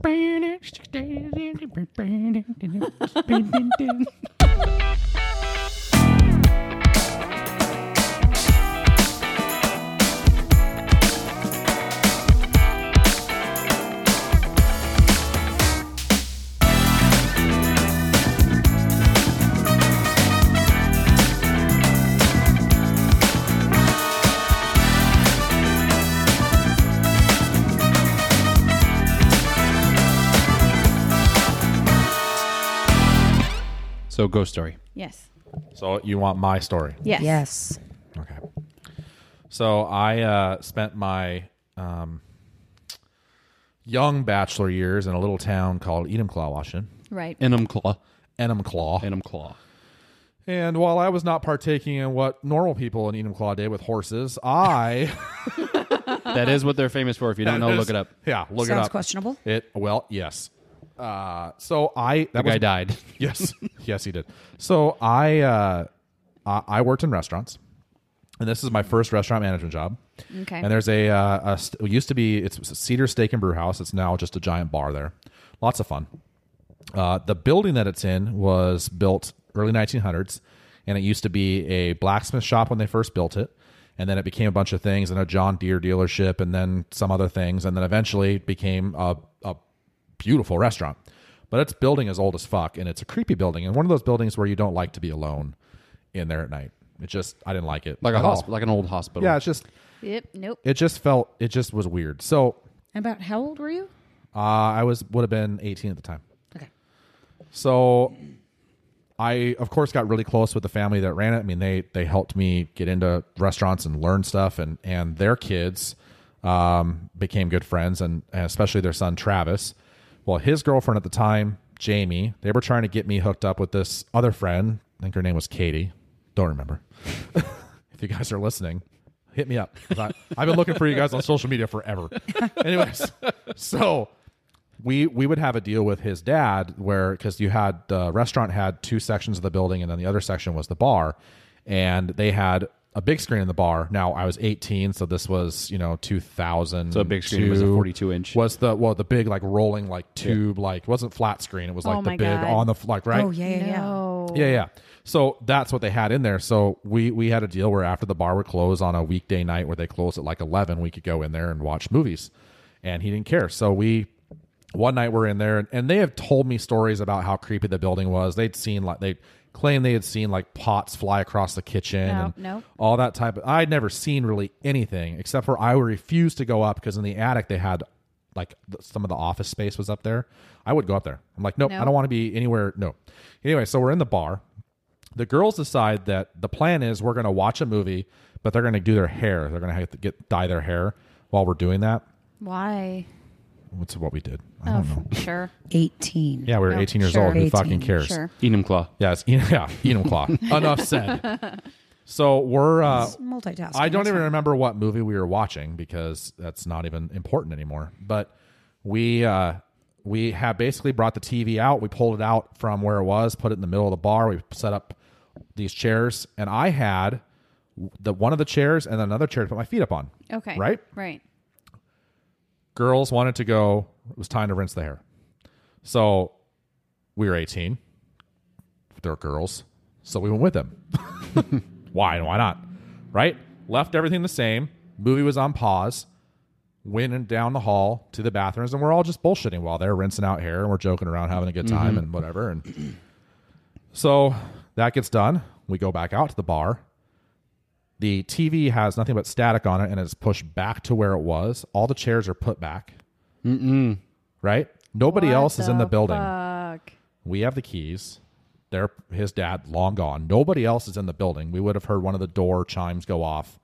So ghost story.
Yes.
So you want my story?
Yes.
Yes.
Okay. So I uh, spent my um, young bachelor years in a little town called Enumclaw, Washington.
Right.
Enum claw.
Enumclaw.
Enum claw.
And while I was not partaking in what normal people in Enumclaw did with horses,
[LAUGHS]
I
That is what they're famous for. If you don't know, look it up.
[LAUGHS] Yeah, look it
Sounds
up.
questionable.
It well, yes. Uh, so I that
The guy
was-
died.
Yes, [LAUGHS] yes, he did. So I uh, I I worked in restaurants, and this is my first restaurant management job.
Okay.
And there's a, uh, a st- it used to be it's Cedar Steak and Brew House. It's now just a giant bar there. Lots of fun. Uh, the building that it's in was built early 1900s, and it used to be a blacksmith shop when they first built it. And then it became a bunch of things, and a John Deere dealership, and then some other things, and then eventually it became a, a beautiful restaurant. But its building is old as fuck, and it's a creepy building, and one of those buildings where you don't like to be alone in there at night. It just I didn't like it
Like a
at all.
hospital, like an old hospital.
Yeah, it's just
Yep. Nope.
it just felt it just was weird. So
About how old were you?
uh, I was would have been 18 at the time.
Okay.
So I of course got really close with the family that ran it. I mean they they helped me get into restaurants and learn stuff and and their kids um, became good friends and, and especially their son Travis. Well, his girlfriend at the time, Jamie, they were trying to get me hooked up with this other friend. I think her name was Katie. Don't remember. if you guys are listening, hit me up. 'Cause I, I've been looking for you guys on social
[LAUGHS]
media forever. Anyways, so we we would have a deal with his dad where because you had the restaurant had two sections of the building and then the other section was the bar, and they had a big screen in the bar. Now I was 18, so this was you know 2000.
So a big screen was a 42 inch.
Was the well the big like rolling like tube like it wasn't flat screen. It was like
Oh
the
my
big
God.
on the f- like right.
Oh yeah, yeah, yeah.
No.
Yeah, yeah. So that's what they had in there. So we we had a deal where after the bar would close on a weekday night where they close at like eleven, we could go in there and watch movies. And he didn't care. So we one night we're in there and, and they have told me stories about how creepy the building was. They'd seen like they claimed they had seen like pots fly across the kitchen
No,
and
no.
all that type of I'd never seen really anything except for I would refuse to go up because in the attic they had like th- some of the office space was up there. I would go up there. I'm like, nope, I don't want to be anywhere. No. Anyway, so we're in the bar. The girls decide that the plan is we're going to watch a movie, but they're going to do their hair. They're going to have to get dye their hair while we're doing that.
Why?
What's what we did. I
Oh,
don't know.
f- [LAUGHS] sure.
Eighteen.
Yeah, we were
no,
18 years
Oh, sure.
old. Who fucking
18,
cares?
Sure.
Enum claw.
Yeah, it's, [LAUGHS] yeah, Enum Claw. Enough said.
[LAUGHS]
So we're uh,
Multitasking.
I don't
that's
even
fine.
remember what movie we were watching because that's not even important anymore. But we uh, we have basically brought the TV out. We pulled it out from where it was, put it in the middle of the bar. We set up these chairs, and I had the one of the chairs and then another chair to put my feet up on.
Okay.
Right.
Right.
Girls wanted to go. It was time to rinse the hair. So we were 18. They're girls. So we went with them. [LAUGHS] why and why not? Right? Left everything the same. Movie was on pause. Went and down the hall to the bathrooms, and we're all just bullshitting while they're rinsing out hair and we're joking around, having a good time and whatever. And so that gets done. We go back out to the bar. The TV has nothing but static on it and it's pushed back to where it was. All the chairs are put back. Mm-mm. Right? Nobody else is in the building.
Fuck.
We have the keys. They're his dad long gone. Nobody else is in the building. We would have heard one of the door chimes go off.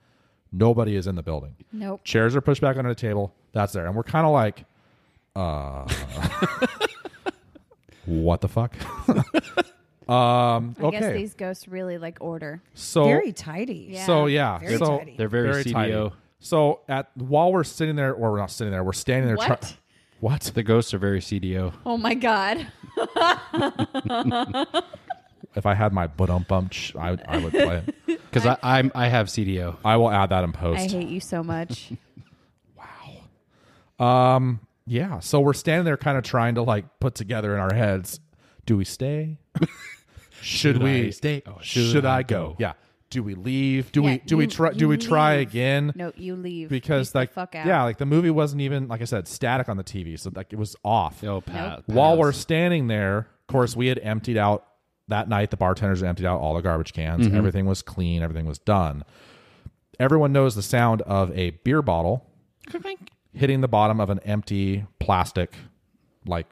Nobody is in the building.
Nope.
Chairs are pushed back under the table. That's there. And we're kind of like, uh, [LAUGHS] what the fuck? [LAUGHS] um,
I guess
okay.
these ghosts really like order.
So,
Very tidy.
Yeah.
so yeah.
Very
so
tidy.
They're very CDO.
So at while we're sitting there, or we're not sitting there, we're standing there. try-
What?
what?
The ghosts are very CDO.
Oh my god.
[LAUGHS] If I had my butt um bump, I would, I would play it.
[LAUGHS]
Because I, I'm I have CDO.
I will add that in post.
I hate you so much. [LAUGHS]
Yeah. So we're standing there kind of trying to like put together in our heads, do we stay?
[LAUGHS]
should, we
I stay or
should,
should
I
I
go?
go?
Yeah. Do we leave? Do
Yeah,
we do we
you-
try
you
do we try
leave.
again?
No, you leave
Because
Peace the
like
fuck out.
yeah, like the movie wasn't even like I said static on the TV, so like it was off.
Oh, Pat.
While we're standing there, of course, we had emptied out that night. The bartenders had emptied out all the garbage cans. Everything was clean. Everything was done. Everyone knows the sound of a beer bottle hitting the bottom of an empty plastic, like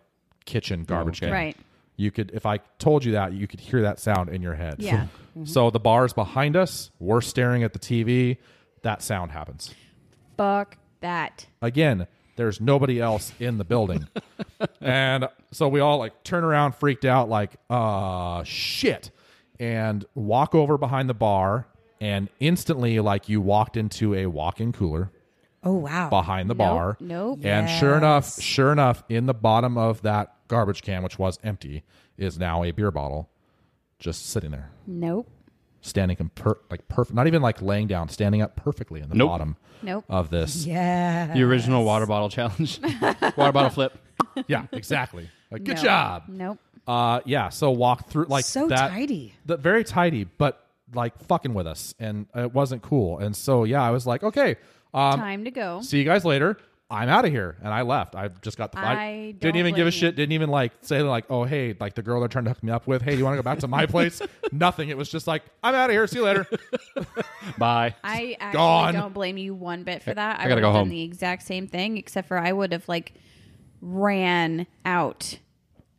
kitchen garbage can.
Right.
You could, if I told you that, you could hear that sound in your head.
Yeah.
So the bar's behind us. We're staring at the TV. That sound happens
Fuck that.
again there's nobody else in the building and so we all like turn around freaked out like uh shit and walk over behind the bar and instantly like you walked into a walk-in cooler
Oh wow.
behind the bar
nope.
and sure enough
Yes.
sure enough in the bottom of that garbage can, which was empty, is now a beer bottle, just sitting there,
Nope.
standing in per- like perfect, not even like laying down, standing up perfectly in the
Nope.
bottom
Nope. [LAUGHS]
of this.
Yeah.
The original water bottle challenge. water bottle flip.
Yeah, exactly. Like, good
No.
job.
Nope.
Uh, yeah. So walk through like
So
that,
tidy.
the, very tidy, but like fucking with us, and it wasn't cool. And so yeah, I was like, okay, um,
Time to go.
see you guys later. I'm out of here, and I left. I just got the. I,
I
didn't
don't
even give a
blame
shit. Didn't even like say like, oh hey, like the girl they're trying to hook me up with. Hey, you want to go back to my place? Nothing. It was just like, I'm out of here. See you later.
Bye.
I actually
Gone.
don't blame you one bit for that. I,
I gotta
would
go
have
home.
done the exact same thing, except for I would have like ran out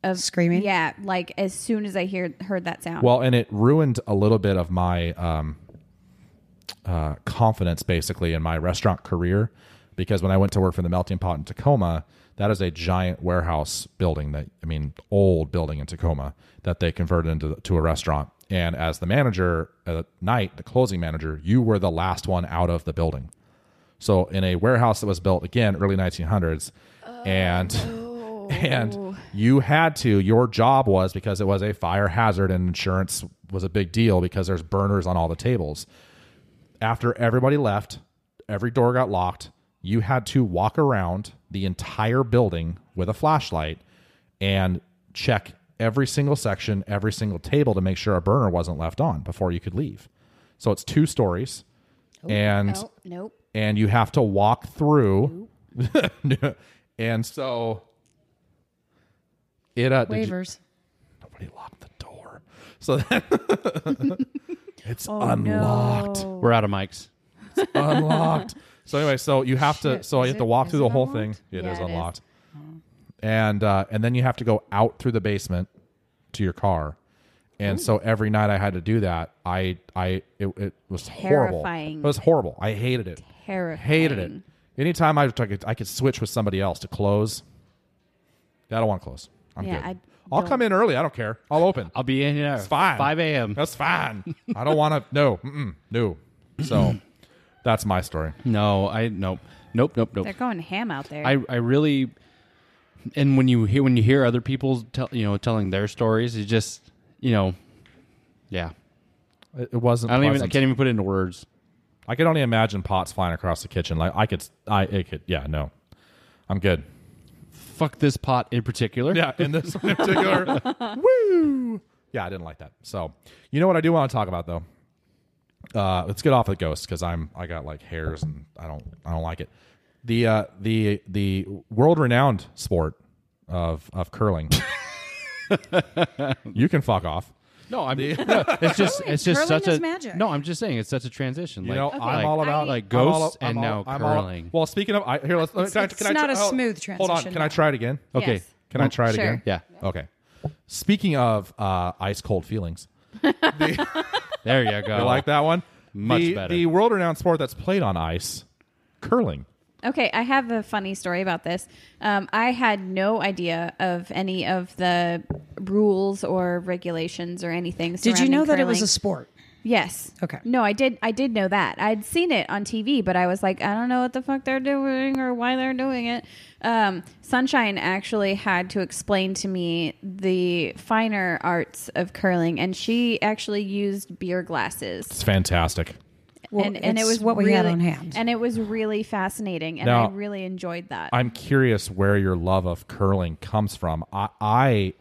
of
Screaming?
Yeah, like as soon as I hear heard that sound.
Well, and it ruined a little bit of my um, uh, confidence, basically, in my restaurant career, because when I went to work for the Melting Pot in Tacoma, that is a giant warehouse building that I mean, old building in Tacoma that they converted into to a restaurant. And as the manager uh, at night, the closing manager, you were the last one out of the building. So in a warehouse that was built again early 1900s, and [LAUGHS] and you had to your job was because it was a fire hazard and insurance was a big deal because there's burners on all the tables. After everybody left, every door got locked. You had to walk around the entire building with a flashlight and check every single section, every single table to make sure a burner wasn't left on before you could leave. So it's two stories. and
nope, nope.
and you have to walk through. [LAUGHS] and so it uh, did you-
Waivers.
nobody locked the door, so then [LAUGHS] it's
Oh,
unlocked,
We're out of mics.
unlocked. So anyway, so you have to, so you
Is
have to
it-
walk
is
through the
it Oh.
whole thing.
unlocked?
It is
Yeah, it is.
unlocked, and uh, and then you have to go out through the basement to your car. And so every night I had to do that. I I it, it was horrible.
Terrifying.
It was horrible. I hated it.
Terrifying.
Hated it. Anytime I, I, could, I could switch with somebody else to close, I don't want to close. I'm
Yeah, I
good. I'll come in early. I don't care. I'll open.
I'll be in here.
It's fine.
5 a.m.
That's fine. I don't want to. No. Mm-mm, no. So that's my story.
No, I nope, nope, nope, nope.
They're going ham out there.
I I really, and when you hear when you hear other people tell you know telling their stories, it just you know, yeah.
It, it wasn't.
I don't even I
pleasant.
can't even put it into words.
I could only imagine pots flying across the kitchen. Like I could. I it could. Yeah. No. I'm good.
Fuck this pot in particular.
Yeah. In this particular. woo. Yeah. I didn't like that. So you know what I do want to talk about though. uh, let's get off the ghost because I'm I got like hairs and I don't I don't like it. The uh, the the world renowned sport of of [LAUGHS] curling. you can fuck off.
No, I'm. no, it's just it's just
Curling
such
is
a
magic.
no. I'm just saying it's such a transition.
You
like,
know,
like-
I'm all about
like
I'm all-
ghosts
I'm
and
all-
now
I'm all-
curling.
well, speaking of, I, here let's. let me- can I,
It's-
can I
it's
try-
not a
hold-
smooth
Hold on,
transition,
can I
no.
try it again?
okay,
Yes.
Can I try it again?
yeah.
Okay. Speaking of uh, ice cold feelings,
There you
[LAUGHS]
go.
I like that one.
Oh. Much
the,
better.
The world renowned sport that's played on ice, curling.
Okay, I have a funny story about this. Um, I had no idea of any of the rules or regulations or anything.
Did you know that
surrounding
it was a
curling.
sport?
yes?
Okay.
No, I did. I did know that. I'd seen it on TV, but I was like, I don't know what the fuck they're doing or why they're doing it. Um, Sunshine actually had to explain to me the finer arts of curling, and she actually used beer glasses
It's fantastic.
Well,
and, and it
it's
was
what we
really,
had on hand.
and it was really fascinating, and
Now-
I really enjoyed that.
I'm curious where your love of curling comes from. I, I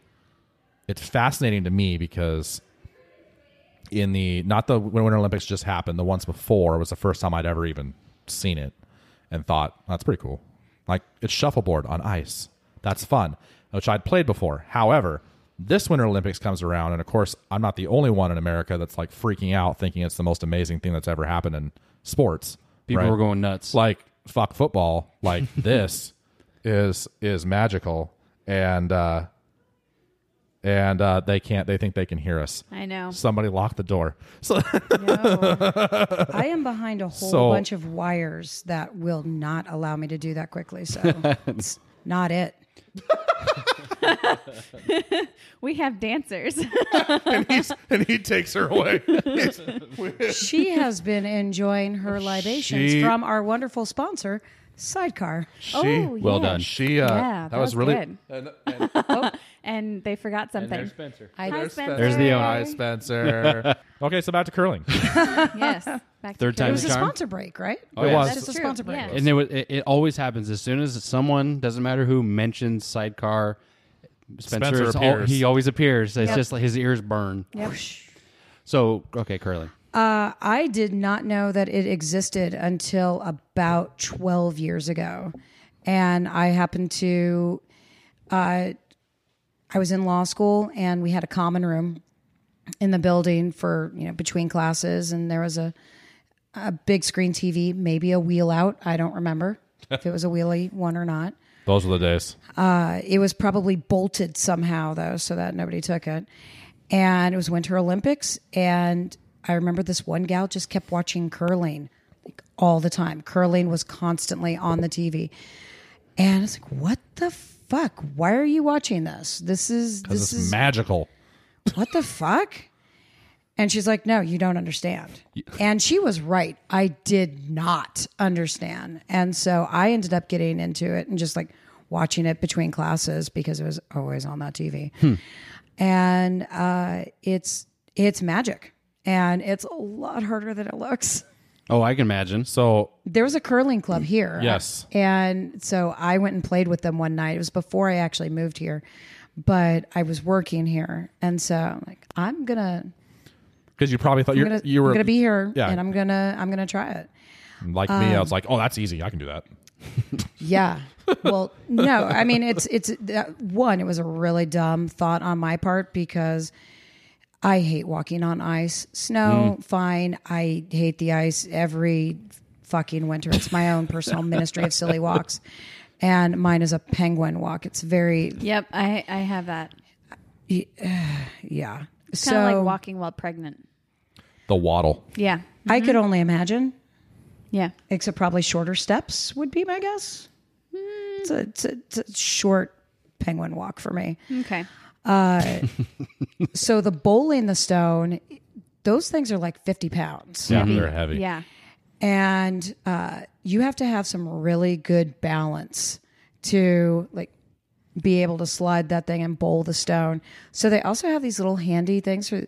it's fascinating to me because in the not the when Winter Olympics just happened, the ones before was the first time I'd ever even seen it and thought that's pretty cool. Like it's shuffleboard on ice. That's fun, which I'd played before. However, this Winter Olympics comes around, and of course, I'm not the only one in America that's like freaking out, thinking it's the most amazing thing that's ever happened in sports.
People
right?
were going nuts.
like fuck football [LAUGHS] like this is is magical and uh and uh they can't they think they can hear us
I know.
somebody locked the door [LAUGHS] so
I am behind a whole
So-
bunch of wires that will not allow me to do that quickly. So
[LAUGHS]
it's not it.
We have [LAUGHS] dancers.
[LAUGHS] and he takes her away
She has been enjoying her libations
She-
from our wonderful sponsor, Sidecar.
She,
Oh,
Well done.
She, uh, that, was, really.
good.
And,
[LAUGHS]
and, and
oh, and they forgot something.
Spencer.
Hi,
there's Spencer.
Spencer.
There's the owner.
Hi, Spencer. [LAUGHS] okay, so back to [LAUGHS] curling.
yes. Back to
Third
Kate.
It
time
was a
charm.
sponsor break, right?
It
yeah.
was.
It's just a
true,
sponsor break.
yeah.
And it, was, it, it always happens as soon as someone doesn't matter who mentions sidecar. Spencer,
Spencer
is al-
appears.
he always appears. It's
Yep.
just like his ears burn.
Yep.
So okay, curling.
Uh, I did not know that it existed until about 12 years ago. And I happened to, uh, I was in law school and we had a common room in the building for, you know, between classes. And there was a, a big screen TV, maybe a wheel out. I don't remember if it was a wheelie one or not.
Those were the days.
It was probably bolted somehow, though, so that nobody took it. And it was Winter Olympics. And I remember this one gal just kept watching curling like all the time. Curling was constantly on the TV. And it's like, what the fuck? Why are you watching this? This is,
This
this
is
is,
magical.
what the fuck? And she's like, no, you don't understand. And she was right. I did not understand. And so I ended up getting into it and just like watching it between classes because it was always on that TV. And uh, it's it's magic. And it's a lot harder than it looks.
Oh, I can imagine.
So
There was a curling club here.
Yes.
And so I went and played with them one night. It was before I actually moved here, but I was working here. And so I'm like, I'm going to
because you probably thought
I'm
you're,
gonna,
you were
I'm gonna be here
Yeah.
and I'm gonna I'm gonna try it.
like me.
um,
I was like, oh, that's easy. I can do that.
Yeah. Well, no, I mean it's it's that, one. It was a really dumb thought on my part because I hate walking on ice, snow.
Mm.
Fine, I hate the ice every fucking winter. It's my own personal ministry of silly walks, and mine is a penguin walk. It's very
Yep. I, I have that.
yeah.
Kind of
so
like walking while pregnant.
The waddle.
Yeah.
I could only imagine.
Yeah.
except probably shorter steps would be my guess. It's, a, it's, a, it's a short penguin walk for me.
Okay.
So the bowling the stone, those things are like 50 pounds.
Yeah, they're heavy.
Yeah.
And uh, you have to have some really good balance to like be able to slide that thing and bowl the stone. So they also have these little handy things for,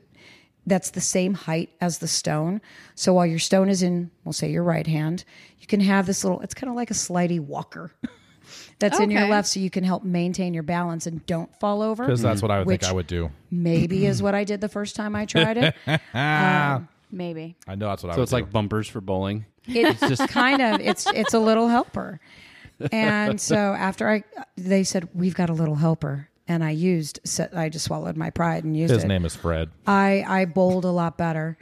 that's the same height as the stone. So while your stone is in, we'll say your right hand, you can have this little, it's kind of like a slidey walker [LAUGHS] that's in your
Okay.
left so you can help maintain your balance and don't fall over.
Because that's what I would
Which-
think I would do.
Maybe is what I did the first time I tried it.
Maybe.
I know that's what I
So
would
it's like bumpers for bowling.
it's [LAUGHS] just kind of it's it's a little helper and so after i they said we've got a little helper and i used so i just swallowed my pride and used
do. His
it
name is Fred.
i i bowled a lot better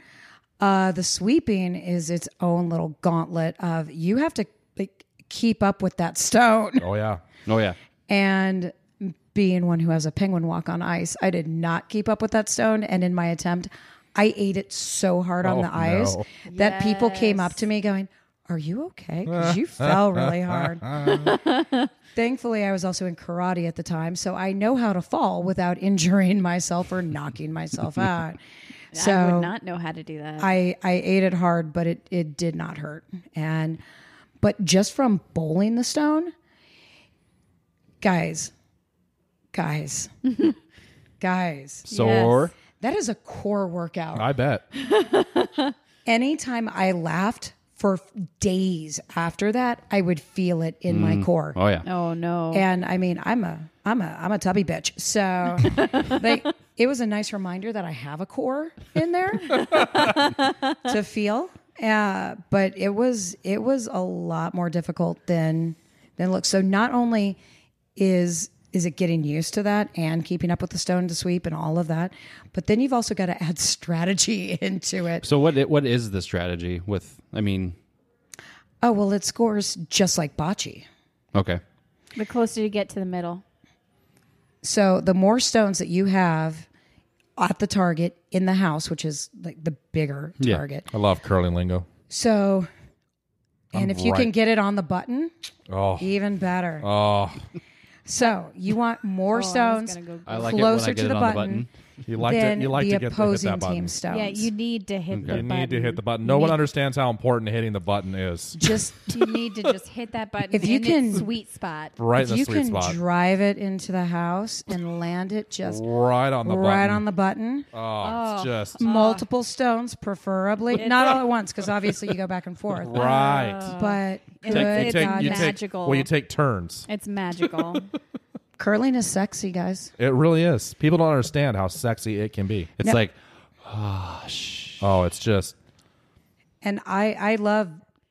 uh the sweeping is its own little gauntlet of you have to like keep up with that stone
Oh, yeah.
Oh yeah.
and being one who has a penguin walk on ice i did not keep up with that stone and in my attempt i ate it so hard on
Oh,
the ice
no.
that people came up to me going are you okay because you fell
[LAUGHS]
really hard thankfully i was also in karate at the time so i know how to fall without [LAUGHS] injuring myself or knocking myself out so
I would not know how to do that.
I, I ate it hard, but it, it did not hurt. And but just from bowling the stone, guys, guys, [LAUGHS] guys,
Sore.
that is a core workout.
I bet.
Anytime I laughed for days after that, I would feel it in my core.
Oh yeah.
oh no.
And I mean, I'm a I'm a I'm a tubby bitch. So like it was a nice reminder that I have a core in there to feel. Uh, but it was it was a lot more difficult than than look. So not only is is it getting used to that and keeping up with the stone to sweep and all of that, but then you've also got to add [LAUGHS] strategy into it.
So what i- what is the strategy with? I mean,
Oh well, it scores just like bocce.
okay.
the closer you get to the middle.
So the more stones that you have at the target in the house, which is like the bigger
Yeah.
target.
I love curling lingo.
So, and if you can
right.
get it on the button,
Oh,
even better.
oh.
So you want more
Oh, I was
stones
Oh, gonna go-
I like it when I
closer
get
to
it
the
on
button.
the button.
You like
than
to you like
the
to get to hit
opposing
that button.
team stones.
Yeah, you need to hit the
You
button.
need to hit the button. No one understands how important hitting the button is.
[LAUGHS] just
You need to just hit
[LAUGHS]
that button.
If you
in
can-
its sweet
[LAUGHS]
spot.
[LAUGHS] Right
if
in the
you
sweet
can
spot.
drive it into the house and land it just
right on the
right
button.
on the button.
Uh,
Oh, it's just
multiple stones, preferably not all at once, because obviously you go
[LAUGHS]
back and forth.
right.
But
It's-
good
you
it's
take,
not
God,
you
that-
take,
magical.
well, you take turns.
It's magical.
curling is sexy, guys.
It really is. People don't understand how sexy it can be.
It's like
Oh, it's just
And I, I love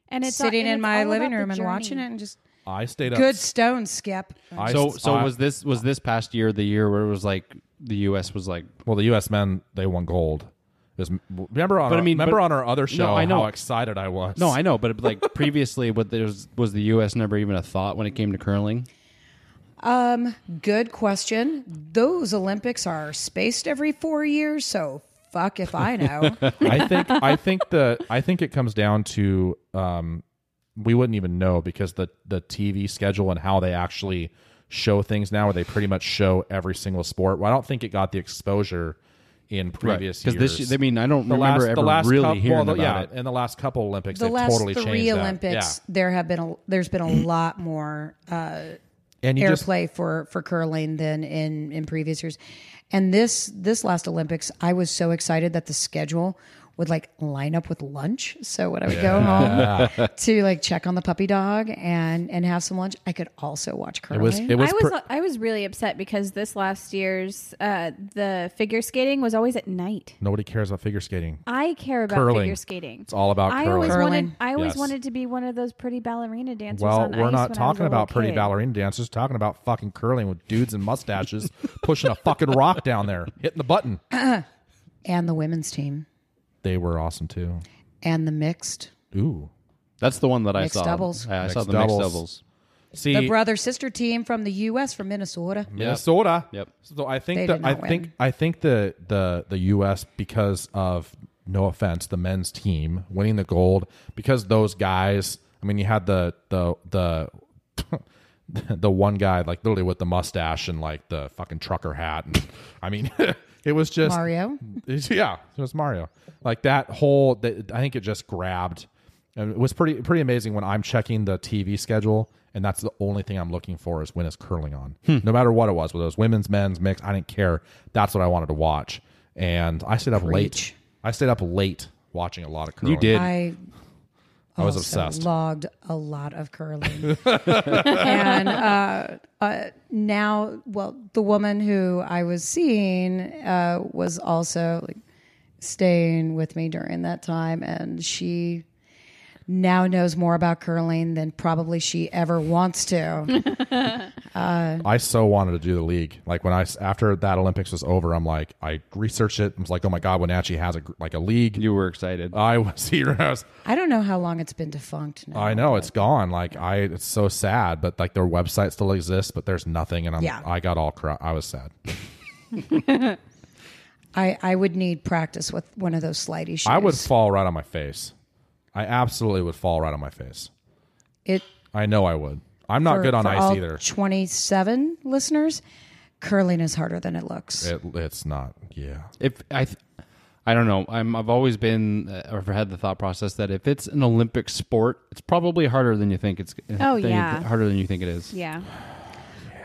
and it's all-
sitting
and
in
it's
my
all
living
about the
room and
journey.
watching it and just
I stayed up.
good stones, Skip.
I,
so. So
I-
was this was this past year the year where it was like the U.S. was like.
well the U.S. men they won gold. It was- remember on
But I
our,
mean,
remember
but-
on our other show
I know.
how excited I was. [LAUGHS]
No, I know, but like previously, what there was was the U.S. never even a thought when it came to curling.
Um, good question. Those Olympics are spaced every four years, so fuck if I know.
[LAUGHS] I think I think the I think it comes down to um, we wouldn't even know because the the TV schedule and how they actually show things now, where they pretty much show every single sport. Well, I don't think it got the exposure in previous
Because
years.
this, I mean, I don't remember ever really
cou-
hearing
well, the-
about
yeah,
it.
in the last couple Olympics,
the
they've
last
totally
three
changed that.
Olympics, there have been a, there's been a lot more
Yeah. and you just
airplay for for curling than in in previous years. And this this last Olympics, I was so excited that the schedule would like line up with lunch. So when I would go
[LAUGHS]
home [LAUGHS] to like check on the puppy dog and and have some lunch, I could also watch
it
curling.
was it was,
I was
pre-
I was really upset because this last year's uh, the figure skating was always at night.
nobody cares about figure skating.
I care about
Curling.
figure skating.
It's all about
I
curling.
always
Curling.
wanted. I always
Yes.
wanted to be one of those pretty ballerina dancers.
Well,
on
we're
ice
not
when I was
talking
a
about
little
pretty
kid.
ballerina dancers. Talking about fucking curling with dudes in mustaches [LAUGHS] pushing a fucking rock down there, hitting the button.
and the women's team
They were awesome too.
and the mixed
Ooh,
That's the one that I
Mixed
saw.
doubles.
Yeah, I saw
Mixed
the
doubles.
mixed doubles.
see
the brother sister team from the U.S. from Minnesota.
Minnesota.
Yep.
So I
They
think that
did
I
not win.
think I think the the the U.S. because of no offense, the men's team winning the gold because those guys. I mean, you had the the the. [LAUGHS] The one guy, like literally with the mustache and like the fucking trucker hat, and I mean, [LAUGHS] it was just
Mario.
It's- yeah, it was Mario. Like that whole, that, I think it just grabbed. And it was pretty pretty amazing when I'm checking the TV schedule, and that's the only thing I'm looking for is when is curling on.
Hmm.
No matter what it was, whether it was women's, men's, mix, I didn't care. That's what I wanted to watch, and I stayed up late.
Preach.
I stayed up late watching a lot of curling.
You did.
I
I was
also
obsessed.
Logged a lot of curling, [LAUGHS] and uh, uh, now, well, the woman who I was seeing uh, was also like, staying with me during that time, and she now knows more about curling than probably she ever wants
[LAUGHS]
to.
I so wanted to do the league. Like when I s- after that Olympics was over, I'm like I researched it. I was like, oh my god, Wenatchee has a gr- like a league.
You were excited.
I was [LAUGHS] here. I was
I don't know how long it's been defunct. Now.
I know it's gone. Like I, it's so sad. But like their website still exists, but there's nothing. And I'm,
Yeah.
I got all cry. I was sad.
I, I would need practice with one of those slidey shoes.
I would fall right on my face. I absolutely would fall right on my face.
It
I know I would. I'm not
for-
good on
for
ice
all
either.
27 listeners, curling is harder than it looks.
It, it's not. Yeah.
if I, th- I don't know. I'm. I've always been uh, or had the thought process that if it's an Olympic sport, it's probably harder than you think it's.
Oh,
than you-
yeah.
harder than you think it is.
Yeah,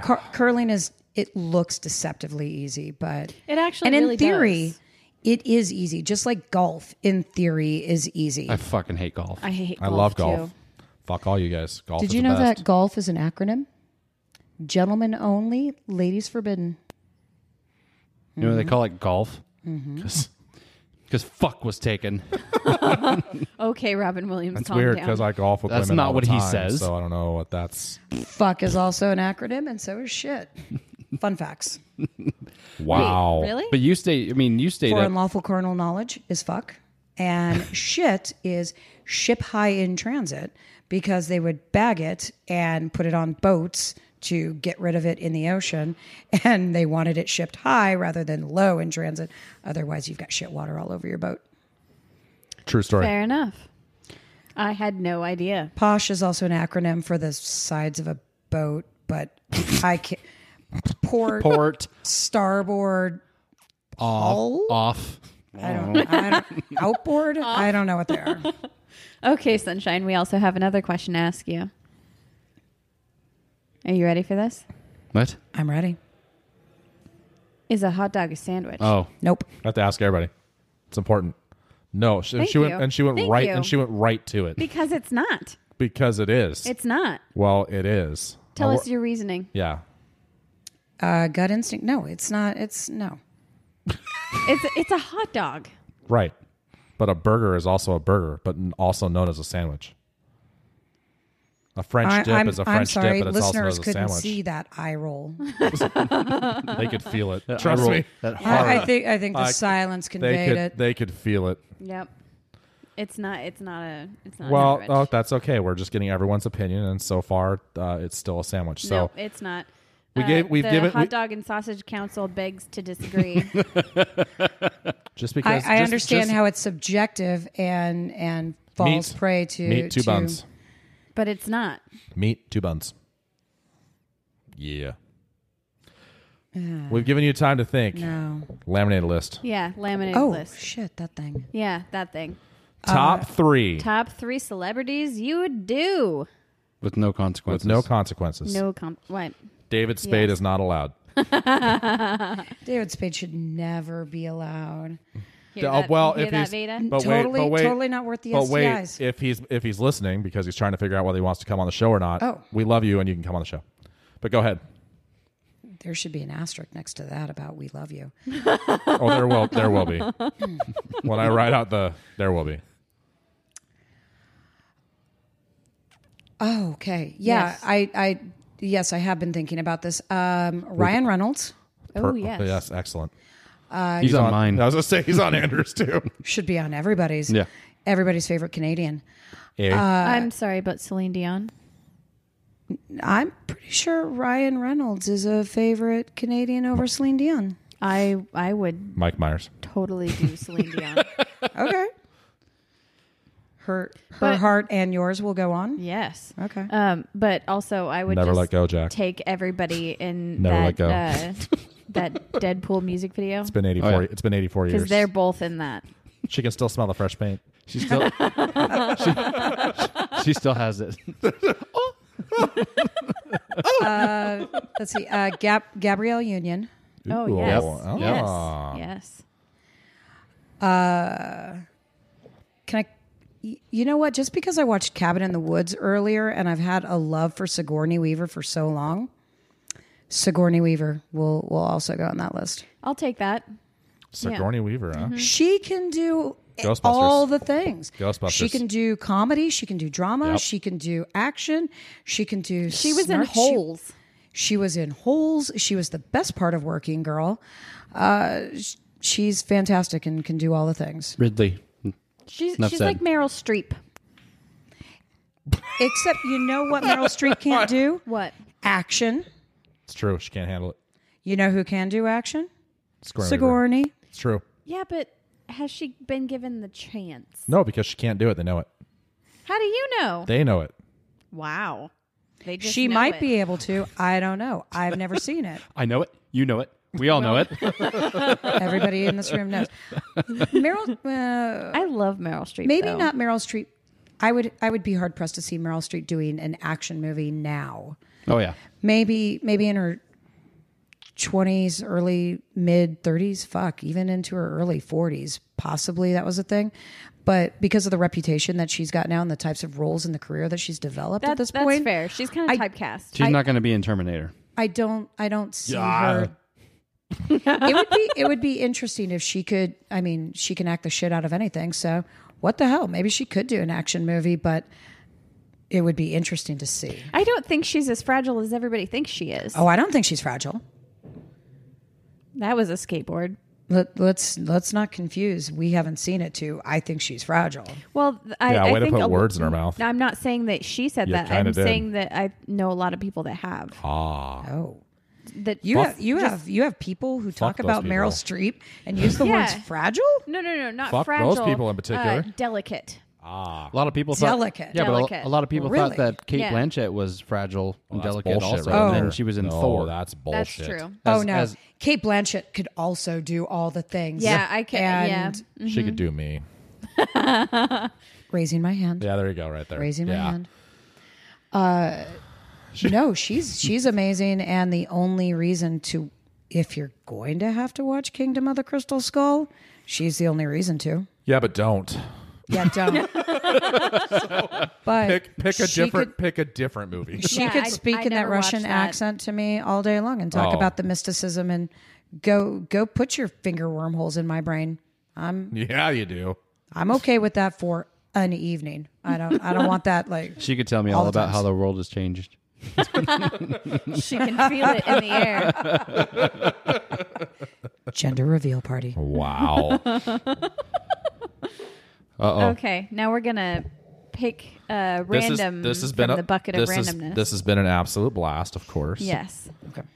Cur- curling is it looks deceptively easy, but
It actually
and in
really
theory,
does.
it is easy. Just like golf, in theory, is easy.
I fucking hate golf.
I hate.
I
golf
love golf.
too.
Fuck all you guys. Golf.
Did
is
you
the
know
best.
that golf is an acronym? Gentlemen only, ladies forbidden.
You know what they call it golf
Because
because fuck was taken.
Okay, Robin Williams.
It's
calm
weird
down.
because I golf with
That's
women.
not
all
what
the
he
time,
says.
So I don't know what that's.
Fuck is also an acronym, and so
[LAUGHS]
is shit. Fun facts.
Wow.
really?
But you stay. I mean, you stayed.
For
Up,
unlawful carnal knowledge is fuck. And shit is ship high in transit because they would bag it and put it on boats to get rid of it in the ocean. And they wanted it shipped high rather than low in transit. Otherwise, you've got shit water all over your boat.
True story.
Fair enough. I had no idea.
Posh is also an acronym for the sides of a boat, but I can't. Port,
port.
starboard,
off,
Oh.
off.
I don't, I don't outboard. I don't know what they are.
Okay, Sunshine, we also have another question to ask you. Are you ready for this?
What?
I'm ready.
Is a hot dog a sandwich?
Oh,
Nope.
I have to ask everybody. It's important. No, she,
Thank
she went
you.
and she went
Thank
right
you.
and she went right to it
Because it's not.
because it is.
It's not.
well, it is.
Tell
I'll-
us your reasoning.
yeah.
Uh, gut instinct. No, it's not. It's no.
It's it's a hot dog.
Right. But a burger is also a burger, but n- also known as a sandwich. A French
I,
dip
I'm,
is a
I'm
French
sorry.
dip, but it's also known
Listeners
as a
couldn't
sandwich.
see that eye roll.
They could feel it.
I
[LAUGHS] Trust
roll
me.
That hard.
I, I think. I think the
I-
silence
They
conveyed
could
it.
they could feel it.
Yep. It's not it's not a it's not a
Well,
sandwich.
oh, that's okay. We're just getting everyone's opinion, and so far, uh, it's still a sandwich. So
no, it's not. Uh,
We gave- we've
the
given- we-
hot dog and sausage council begs to
[LAUGHS]
disagree.
just because
I, I
just-
understand
just
how it's subjective and and falls
meat,
prey to
meat two
to-
buns,
but it's not.
meat two buns.
[SIGHS]
Yeah, we've given you time to think.
No.
Laminate a list.
Yeah, laminated
Oh
list.
shit! That thing.
Yeah, that thing.
Top three
Uh, Top three celebrities you would do.
with no
with
consequences.
no consequences.
No comp what?
David Spade is not allowed.
David Spade should never be allowed.
Hear
Uh,
that-
well,
hear
if
that,
he's
Veda?
but
Totally-
wait, but wait,
totally not worth the
but wait,
STIs.
if he's if he's listening because he's trying to figure out whether he wants to come on the show or not.
Oh.
we love you, and you can come on the show. But
[LAUGHS]
go ahead.
There should be an asterisk next to that about "We love you."
Oh, there will there
[LAUGHS]
will be. when I write out the there will be.
Oh, okay. Yeah,
Yes.
I, I, yes, I have been thinking about this. Um, Ryan Reynolds
Oh, yes.
Yes, excellent.
He's, on, mine.
I was gonna say
[LAUGHS]
he's on Anders too.
should be on everybody's.
Yeah.
Everybody's favorite Canadian.
Uh,
Uh, I'm sorry, but Celine Dion.
I'm pretty sure Ryan Reynolds is a favorite Canadian over Celine Dion.
I I would
Mike Myers.
totally do Celine Dion.
[LAUGHS]
Okay. Her her
But-
heart and yours will go on.
yes.
Okay.
Um, but also I would
Uh-huh. Never
just
let go, Jack.
take everybody in
Never
that
let go.
Uh,
[LAUGHS]
that Deadpool music video
It's been eighty four.
Oh, yeah.
It's been eighty four
because
years.
they're both in that.
She can still smell the fresh paint.
She
[LAUGHS]
still she, she still has it.
Uh, let's see. Uh, Gab- Gabrielle Union.
Oh
Ooh.
yes,
Oh.
yes, yes.
Can I? y- You know what? Just because I watched Cabin in the Woods earlier, and I've had a love for Sigourney Weaver for so long, Sigourney Weaver will will also go on that list.
I'll take that.
Sigourney Weaver,
Mm-hmm.
huh?
She can do
Ghostbusters.
all the things.
Ghostbusters.
She can do comedy. She can do drama.
Yep.
She can do action. She can do.
She was in
snark- she-
holes.
She was in holes. She was the best part of Working Girl. Uh, sh- she's fantastic and can do all the things.
Ridley.
She's
Enough
she's
said.
like Meryl Streep.
Except, you know what
[LAUGHS]
Meryl Streep can't do?
What?
Action.
It's true. She can't handle it.
You know who can do action?
Sigourney. Weaver.
Sigourney.
It's true.
Yeah, but has she been given the chance?
No, because she can't do it. They know it.
How do you know?
They know it.
wow. They just
She
know
might
it.
be able to. I don't know. I've never seen it.
I know it. You know it. We all know it.
[LAUGHS] Everybody in this room
[LAUGHS]
knows. Meryl, uh,
I love Meryl Streep.
maybe
though.
not Meryl Streep. I would I would be hard pressed to see Meryl Streep doing an action movie now.
Oh yeah.
Maybe maybe in her twenties, early mid thirties, fuck, even into her early forties, possibly that was a thing. But because of the reputation that she's got now and the types of roles and the career that she's developed
That-
at this
that's
point,
fair. She's kind
I-
of typecast.
She's not going to be in Terminator.
I don't I don't see
Yeah.
her. it would be it would be interesting if she could I mean, she can act the shit out of anything, so what the hell? Maybe she could do an action movie, but it would be interesting to see.
I don't think she's as fragile as everybody thinks she is.
Oh, I don't think she's fragile.
That was a skateboard.
Let, let's let's not confuse. We haven't seen it too. I think she's fragile.
Well, th- I,
Yeah,
I
way to
think
put
a-
words in her mouth.
I'm not saying that she said
You
that. I'm
kinda did.
saying that I know a lot of people that have.
Ah,
Oh,
That
you
Fuck-
have you have you have people who talk
those
about Meryl Streep and use the
Yeah.
words fragile.
no, no, no, not
Fuck those
fragile. uh,
people in particular.
delicate.
Ah,
A lot of people
Delicate.
thought yeah, but
Delicate.
a- a, lot of people
Really?
thought that Kate
Yeah.
Blanchett was fragile and
that's
delicate
bullshit
also, Oh.
right
and
there.
then she was in
No,
Thor.
That's
That's
bullshit.
true.
oh
As-
no,
as-
Kate Blanchett could also do all the things.
Yeah, I can- yeah.
And
She
Mm-hmm.
could do me.
raising my hand.
Yeah, there you go, right there.
Raising my
yeah.
hand. Uh, no, she's she's amazing, and the only reason to, if you're going to have to watch Kingdom of the Crystal Skull, she's the only reason to.
Yeah, but don't
Yeah, don't. [LAUGHS] but
pick pick a
she
different
could-
pick a different movie. [LAUGHS]
she
Yeah,
could
I-
speak
I
in that
never watched
Russian
that.
accent to me all day long and talk
Oh.
about the mysticism and go go put your finger wormholes in my brain.
yeah, you do.
I'm okay with that for an evening. I don't I don't want
[LAUGHS]
that like
She could tell me
All
all,
the
about
times.
how the world has changed.
[LAUGHS] She can feel it in the
[LAUGHS]
air.
gender reveal party.
Wow.
[LAUGHS] Okay, now we're gonna pick uh,
Oh. this is
random
this has
from
been a,
the bucket of
this is-
randomness.
this has been an absolute blast, of course.
yes.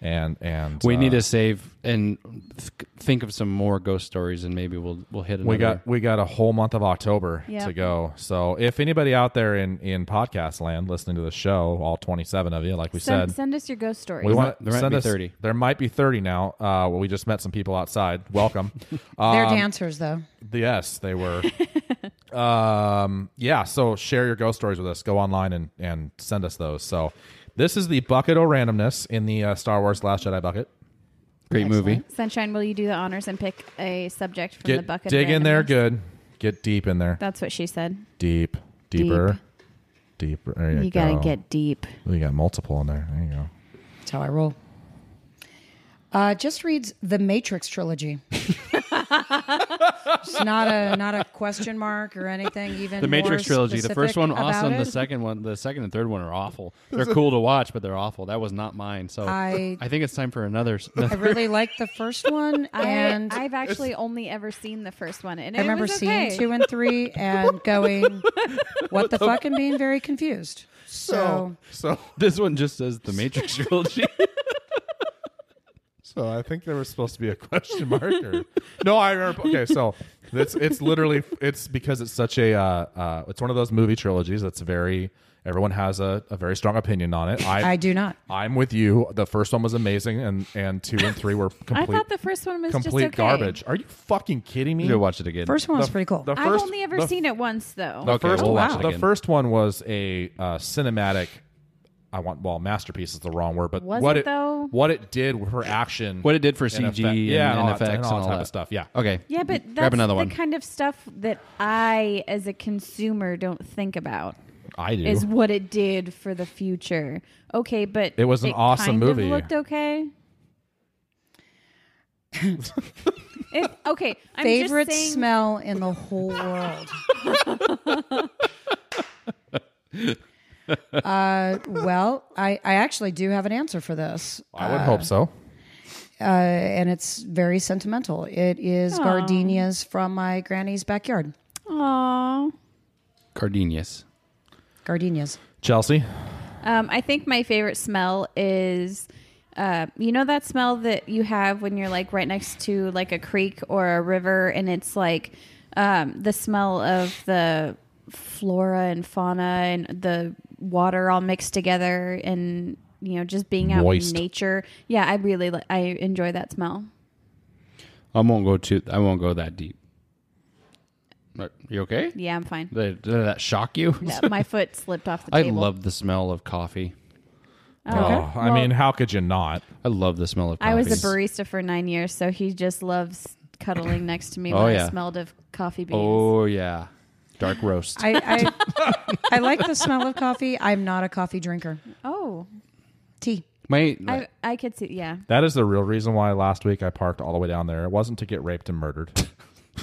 And and
We
uh,
need to save and th- think of some more ghost stories, and maybe we'll we'll hit another.
we got we got a whole month of October
Yep.
to go. So if anybody out there in in podcast land listening to the show, all twenty seven of you, like we
Send,
said,
send us your ghost stories.
we want
there might
send
be
us-
30.
There might be thirty now. Uh, well, we just met some people outside. Welcome. Uh, Um,
They're dancers though.
Yes, they were. um, yeah, so share your ghost stories with us. Go online and, and send us those. So this is the bucket of randomness in the uh, Star Wars Last Jedi bucket.
great movie.
Sunshine, will you do the honors and pick a subject from the
Get
bucket? of
dig in there
randomness?
good. Get deep in there.
That's what she said.
Deep, deeper, deeper. There you,
You gotta
go.
get deep.
We got multiple in there. There you go.
That's how I roll. Uh, just reads the Matrix trilogy. [LAUGHS] it's not a not a question mark or anything. Even
The Matrix
more
trilogy. The first
specific
one
about
awesome. The
it.
second one, the second and third one are awful. They're cool to watch, but they're awful. That was not mine. So
I-
I think it's time for another. s- [LAUGHS]
I really liked the first one,
[LAUGHS]
and
I, I've actually only ever seen the first one, and
I remember seeing two and
[LAUGHS]
three and going, "What the fuck?" and being very confused. So,
so
this one just says the Matrix trilogy.
So I think there was supposed to be a question mark. Or, no, I remember. Okay, so it's it's literally it's because it's such a uh, uh, it's one of those movie trilogies that's very everyone has a, a very strong opinion on it. I,
I do not.
I'm with you. The first one was amazing, and and two and three were
I
complete
thought the first one was
complete
just okay.
garbage. Are you fucking kidding me?
you watch it again.
First one was
The-
pretty cool.
the
I've
first-
only ever
the-
seen it once though.
The
Okay,
first,
we'll watch
one-
it
the
again.
first one was a uh, cinematic. I want well, masterpiece is the wrong word, but
Was
what
it, though?
what it did for action,
What it did for
and
CG
effect-
and,
yeah,
and
all that-
effects and
that
all,
type
that. Uh,
of stuff, yeah.
Okay.
yeah, but that's
grab another
the
one.
kind of stuff that I, as a consumer, don't think about.
I do.
Is what it did for the future. Okay, but
It was an awesome
kind
movie.
Of looked
[LAUGHS]
okay. it, okay, I'm
Favorite
just saying,
smell in the whole
[LAUGHS]
world. uh, well, I, I actually do have an answer for this,
I would hope so.
uh, and it's very sentimental. It is gardenias from my granny's backyard.
Aw.
Cardenius.
Gardenias.
Chelsea,
Um, I think my favorite smell is, uh, you know, that smell that you have when you're like right next to like a creek or a river, and it's like um, the smell of the flora and fauna and the water all mixed together, and you know, just being out
Moist.
in nature. Yeah, I really li- I enjoy that smell.
I won't go too. I won't go that deep. But- You okay?
Yeah, I'm fine.
Did, did that shock you?
Yeah, my foot slipped off the
[LAUGHS] I
table.
love the smell of coffee.
oh, I
Well-
mean, how could you not?
I love the smell of coffee.
I was a barista for nine years, so he just loves cuddling next to me
Oh,
when I
yeah.
smelled of coffee beans.
Oh yeah, dark roast.
I, I, I like the smell of coffee. I'm not a coffee drinker.
oh.
Tea.
My
I, I could see, yeah.
That is the real reason why last week I parked all the way down there. It wasn't to get raped and
[LAUGHS]
murdered.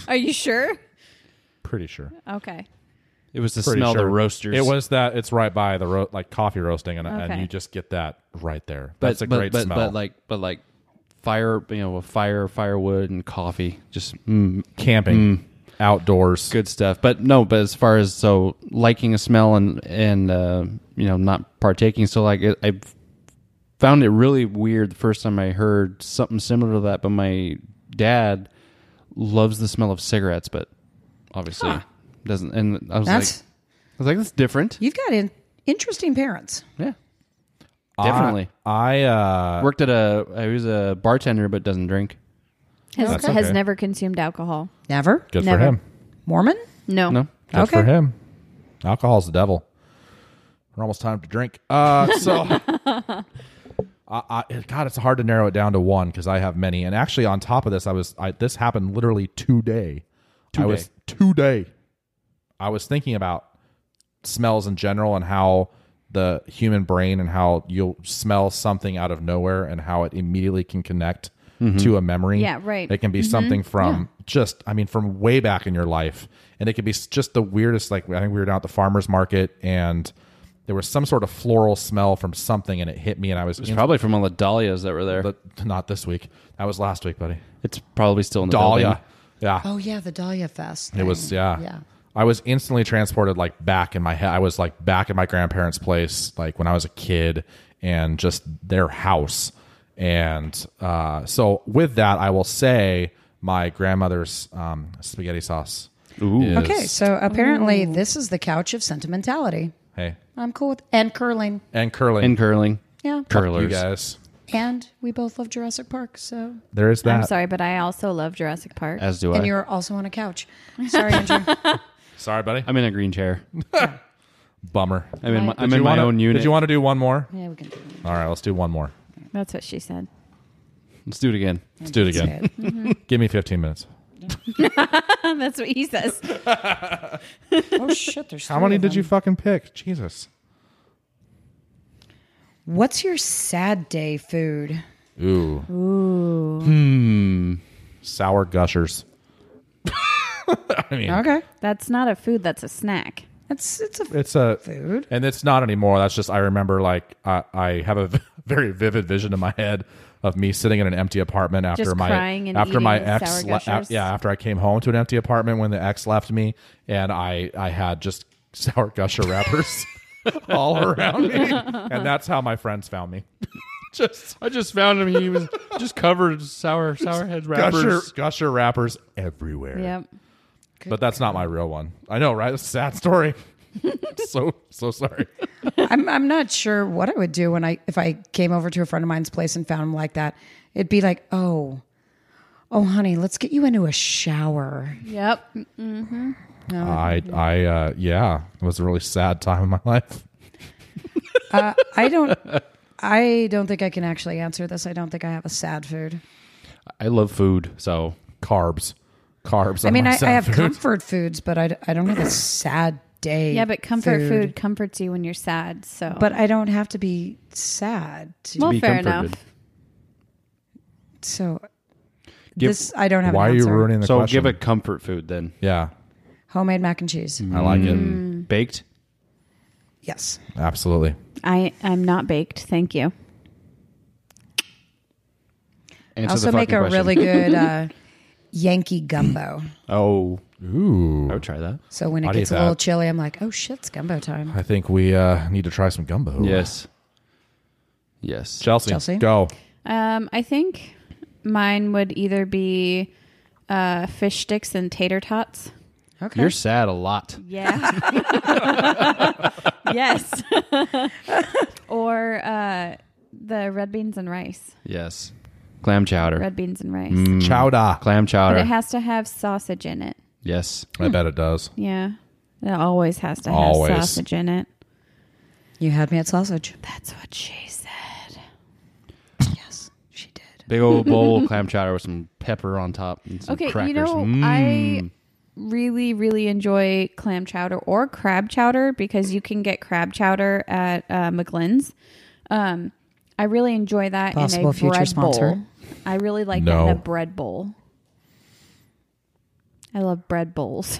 Are you sure?
Pretty sure.
Okay.
it was the
Pretty
smell
sure.
of roasters.
It was that it's right by the ro- like coffee roasting, and, and
Okay.
you just get that right there.
But-
That's a
but-
great
but,
smell.
But like, but like fire. You know, fire, firewood, and coffee. Just mm,
camping, outdoors.
good stuff. But no, but as far as so liking a smell and and uh, you know not partaking. So like it, I found it really weird the first time I heard something similar to that. But my dad loves the smell of cigarettes, but obviously Doesn't and I was
That's
like, I was like, that's different.
you've got in, interesting parents.
Yeah, definitely.
I, I uh,
Worked at a. I was a bartender, but doesn't drink.
Has,
That's
has
okay.
never consumed alcohol.
Never
good
Never.
for him.
Mormon.
No.
No,
Good
Okay.
for him. Alcohol's the devil. We're almost time to drink. Uh, so, I, I, God, it's hard to narrow it down to one because I have many. And actually, on top of this, I was I, this happened literally today. I was today. I was thinking about smells in general and how the human brain and how you'll smell something out of nowhere and how it immediately can connect to a memory.
Yeah, right.
It can be something from just, I mean, from way back in your life. And it could be s- just the weirdest. Like, I think we were down at the farmer's market and there was some sort of floral smell from something and it hit me. And I was,
it's probably from all the dahlias that were there.
but not this week. That was last week, buddy.
it's probably still in the
Dahlia.
building.
Yeah.
Oh yeah, the Dahlia Fest.
It was yeah.
Yeah.
I was instantly transported like back in my head. I was like back at my grandparents' place, like when I was a kid, and just their house. And uh, so with that, I will say my grandmother's um, spaghetti sauce. is-
Okay, so apparently this is the couch of sentimentality.
Hey,
I'm cool with and curling.
and curling.
in curling.
[LAUGHS] Yeah,
you
Curlers.
guys.
and we both love Jurassic Park. So
There is that.
I'm sorry, but I also love Jurassic Park.
As do
and
I.
you're also on a couch. [LAUGHS] Sorry, Andrew.
Sorry, buddy.
I'm in a green chair.
Bummer.
I'm in my, I'm
Did
in
you
my
wanna-
own unit.
Did you want to do one more?
yeah, we can do
All right, let's do one more.
That's what she said.
Let's do it again.
Let's do it again.
it.
Give me 15 minutes.
[LAUGHS] That's what he says.
Oh shit, there's
How
three
many
of
did
them.
you fucking pick? Jesus.
What's your sad day food?
Ooh. Ooh. Hmm. Sour gushers. [LAUGHS] I mean,
Okay,
That's not a food. That's a snack.
that's it's a
it's a
Food?
and it's not anymore. That's just I remember like I, I have a [LAUGHS] very vivid vision in my head of me sitting in an empty apartment after
Just
my
crying and
after my
eating sour
ex le-
gushers?
yeah after I came home to an empty apartment when the ex left me and I I had just [LAUGHS] sour gusher wrappers [LAUGHS] all around me and that's how my friends found me. [LAUGHS] just
I just found him. He was just covered sour sour head
gusher gusher wrappers everywhere.
Yep.
but that's not my real one. I know, right? It's a sad story. so so sorry.
I'm I'm not sure what I would do when I if I came over to a friend of mine's place and found him like that. It'd be like, oh, oh, honey, let's get you into a shower.
Yep.
I I uh, yeah, it was a really sad time in my life.
Uh, I don't. I don't think I can actually answer this. I don't think I have a sad food.
I love food, so
Carbs, carbs.
I mean, I, I have
food.
comfort foods, but I, d- I don't have a sad day.
Yeah, but comfort food. comforts you when you're sad. So,
But I don't have to be sad. To,
well,
be
fair
comforted.
enough.
so
Give-
this I don't have.
Why
an
are you
answer.
ruining the
so
question?
give it comfort food then.
yeah,
homemade mac and cheese?
I like
Mm.
Baked.
Yes.
it absolutely.
I I'm not baked. Thank you.
Answer
I also
the
make a
fucking question.
really
[LAUGHS]
good uh, Yankee gumbo.
Oh,
Ooh,
I would try that.
So when it
I'd
gets
eat
a little
that.
chilly, I'm like, oh shit, it's gumbo time.
I think we uh, need to try some gumbo.
Yes. Yes.
Chelsea,
Chelsea?
go.
Um, I think mine would either be uh, fish sticks and tater tots.
Okay.
You're sad a lot.
Yeah. [LAUGHS] yes. [LAUGHS] or uh, the red beans and rice.
Yes. Clam chowder.
Red beans and rice.
Mm,
Mm.
Chowda.
Clam
But
chowder.
it has to have sausage in it.
yes.
I bet it does.
Yeah. It always has to have
Always.
sausage in it.
You had me at sausage.
That's what she said.
Yes, she did.
Big old bowl of clam chowder with some pepper on top and some
Okay,
crackers.
you know,
Mm.
I really, really enjoy clam chowder or crab chowder because you can get crab chowder at uh, McGlynn's. Um, I really enjoy that in
Possible
a
future
bread
sponsor.
bowl. I really like that
No.
in a bread bowl. I love bread bowls.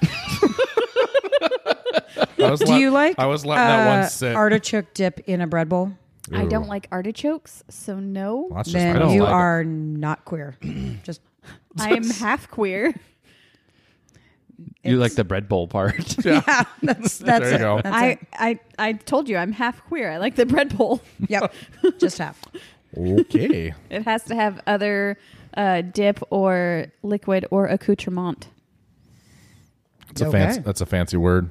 I was
Do
let-
you like?
I was letting that
uh,
one sit.
Artichoke dip in a bread bowl.
I
Ooh.
don't like artichokes, so no.
Well, that's just
Then
my-
don't
you
like it.
are
[CLEARS THROAT]
not queer. Just
I
[LAUGHS]
am half queer.
you like the bread bowl part. [LAUGHS]
[LAUGHS] yeah, that's
There
that's
you
it.
go.
[LAUGHS] That's
I, I I told you I'm half queer. I like the bread bowl. [LAUGHS]
it. Yep, just half.
okay.
It has to have other uh, dip or liquid or accoutrement.
It's a fancy,
Okay.
that's a fancy word.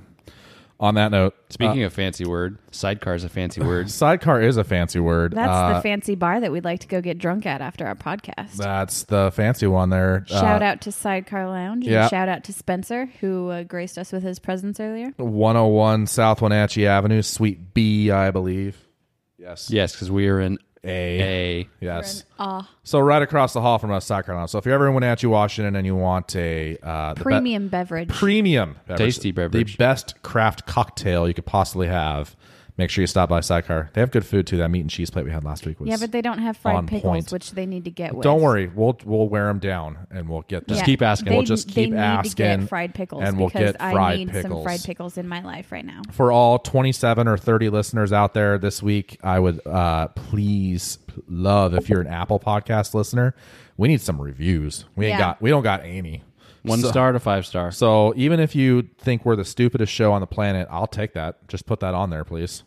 On that note, uh,
Speaking of fancy word, sidecar is a fancy word.
[LAUGHS]
sidecar is a fancy word.
That's
Uh,
the fancy bar that we'd like to go get drunk at after our podcast.
that's the fancy one there.
shout out to Sidecar Lounge.
uh, yeah.
And shout out to Spencer, who uh, graced us with his presence earlier.
101 South Wenatchee Avenue, Suite B, I believe. Yes.
Yes, because we are in
A.
a
Yes.
Ah,
So right across the hall from us, Sidecar Lounge. So if you're ever in Wenatchee, Washington, and you want a uh, the be-
premium beverage.
premium beverage,
Tasty beverage.
the best craft cocktail you could possibly have, make sure you stop by Sidecar. They have good food too. That meat and cheese plate we had last week was.
yeah, but they don't have fried
on
pickles,
point.
which they need to get with.
Don't worry, we'll we'll wear them down and we'll get them.
Yeah,
keep asking.
They,
We'll just
they
keep
need to
asking,
get fried pickles
and we'll
because
get fried
I need some
pickles.
fried pickles in my life right now.
for all 27 or 30 listeners out there this week, I would uh, please p- love if you're an Apple podcast listener. We need some reviews. We ain't
Yeah.
got we don't got any.
one
so,
star to five star.
So even if you think we're the stupidest show on the planet, I'll take that. Just put that on
[LAUGHS]
there, please.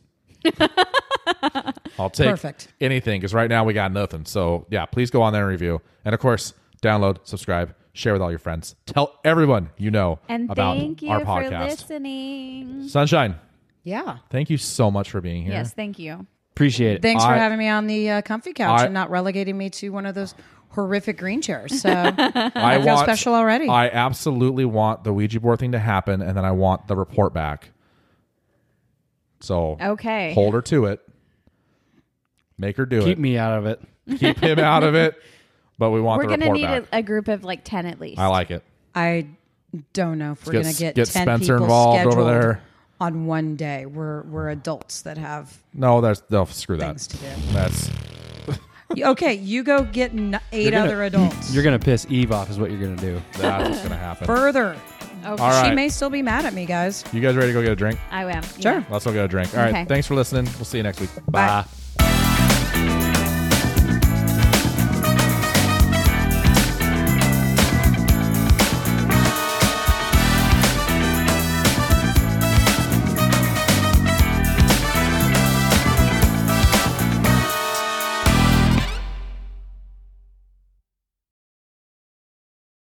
I'll take
Perfect.
anything because right now we got nothing. So yeah, please go on there and review. And of course, download, subscribe, share with all your friends. Tell everyone you know
And
about
thank you
our
for
podcast.
listening.
Sunshine,
Yeah.
thank you so much for being here.
Yes, thank you.
Appreciate it.
Thanks for
I-
having me on the uh, comfy couch
I-
and not relegating me to one of those horrific green chairs. So
I,
feel special already.
I absolutely want the Ouija board thing to happen, and then I want the report back. So
Okay.
hold her to it. Make her do
Keep
it.
me
[LAUGHS]
out of it.
Keep him out of it. But we want
We're
the
gonna
report
need
back.
a, a group of like ten at least.
I like it.
I don't know if we're
get
going
S-
to get,
get
10
Spencer
people
involved over
scheduled
there.
on one day. We're we're adults that have
No, that's no screw that.
things to do.
That's
Okay, you go get n- 8
gonna-
other adults.
You're gonna piss Eve off, is what you're gonna do.
that's what's gonna happen.
further.
All right.
She may still be mad at me, guys.
you guys ready to go get a drink?
I am.
Sure.
Let's go get a drink. All right.
Okay.
Thanks for listening. We'll see you next week.
Bye.
Bye.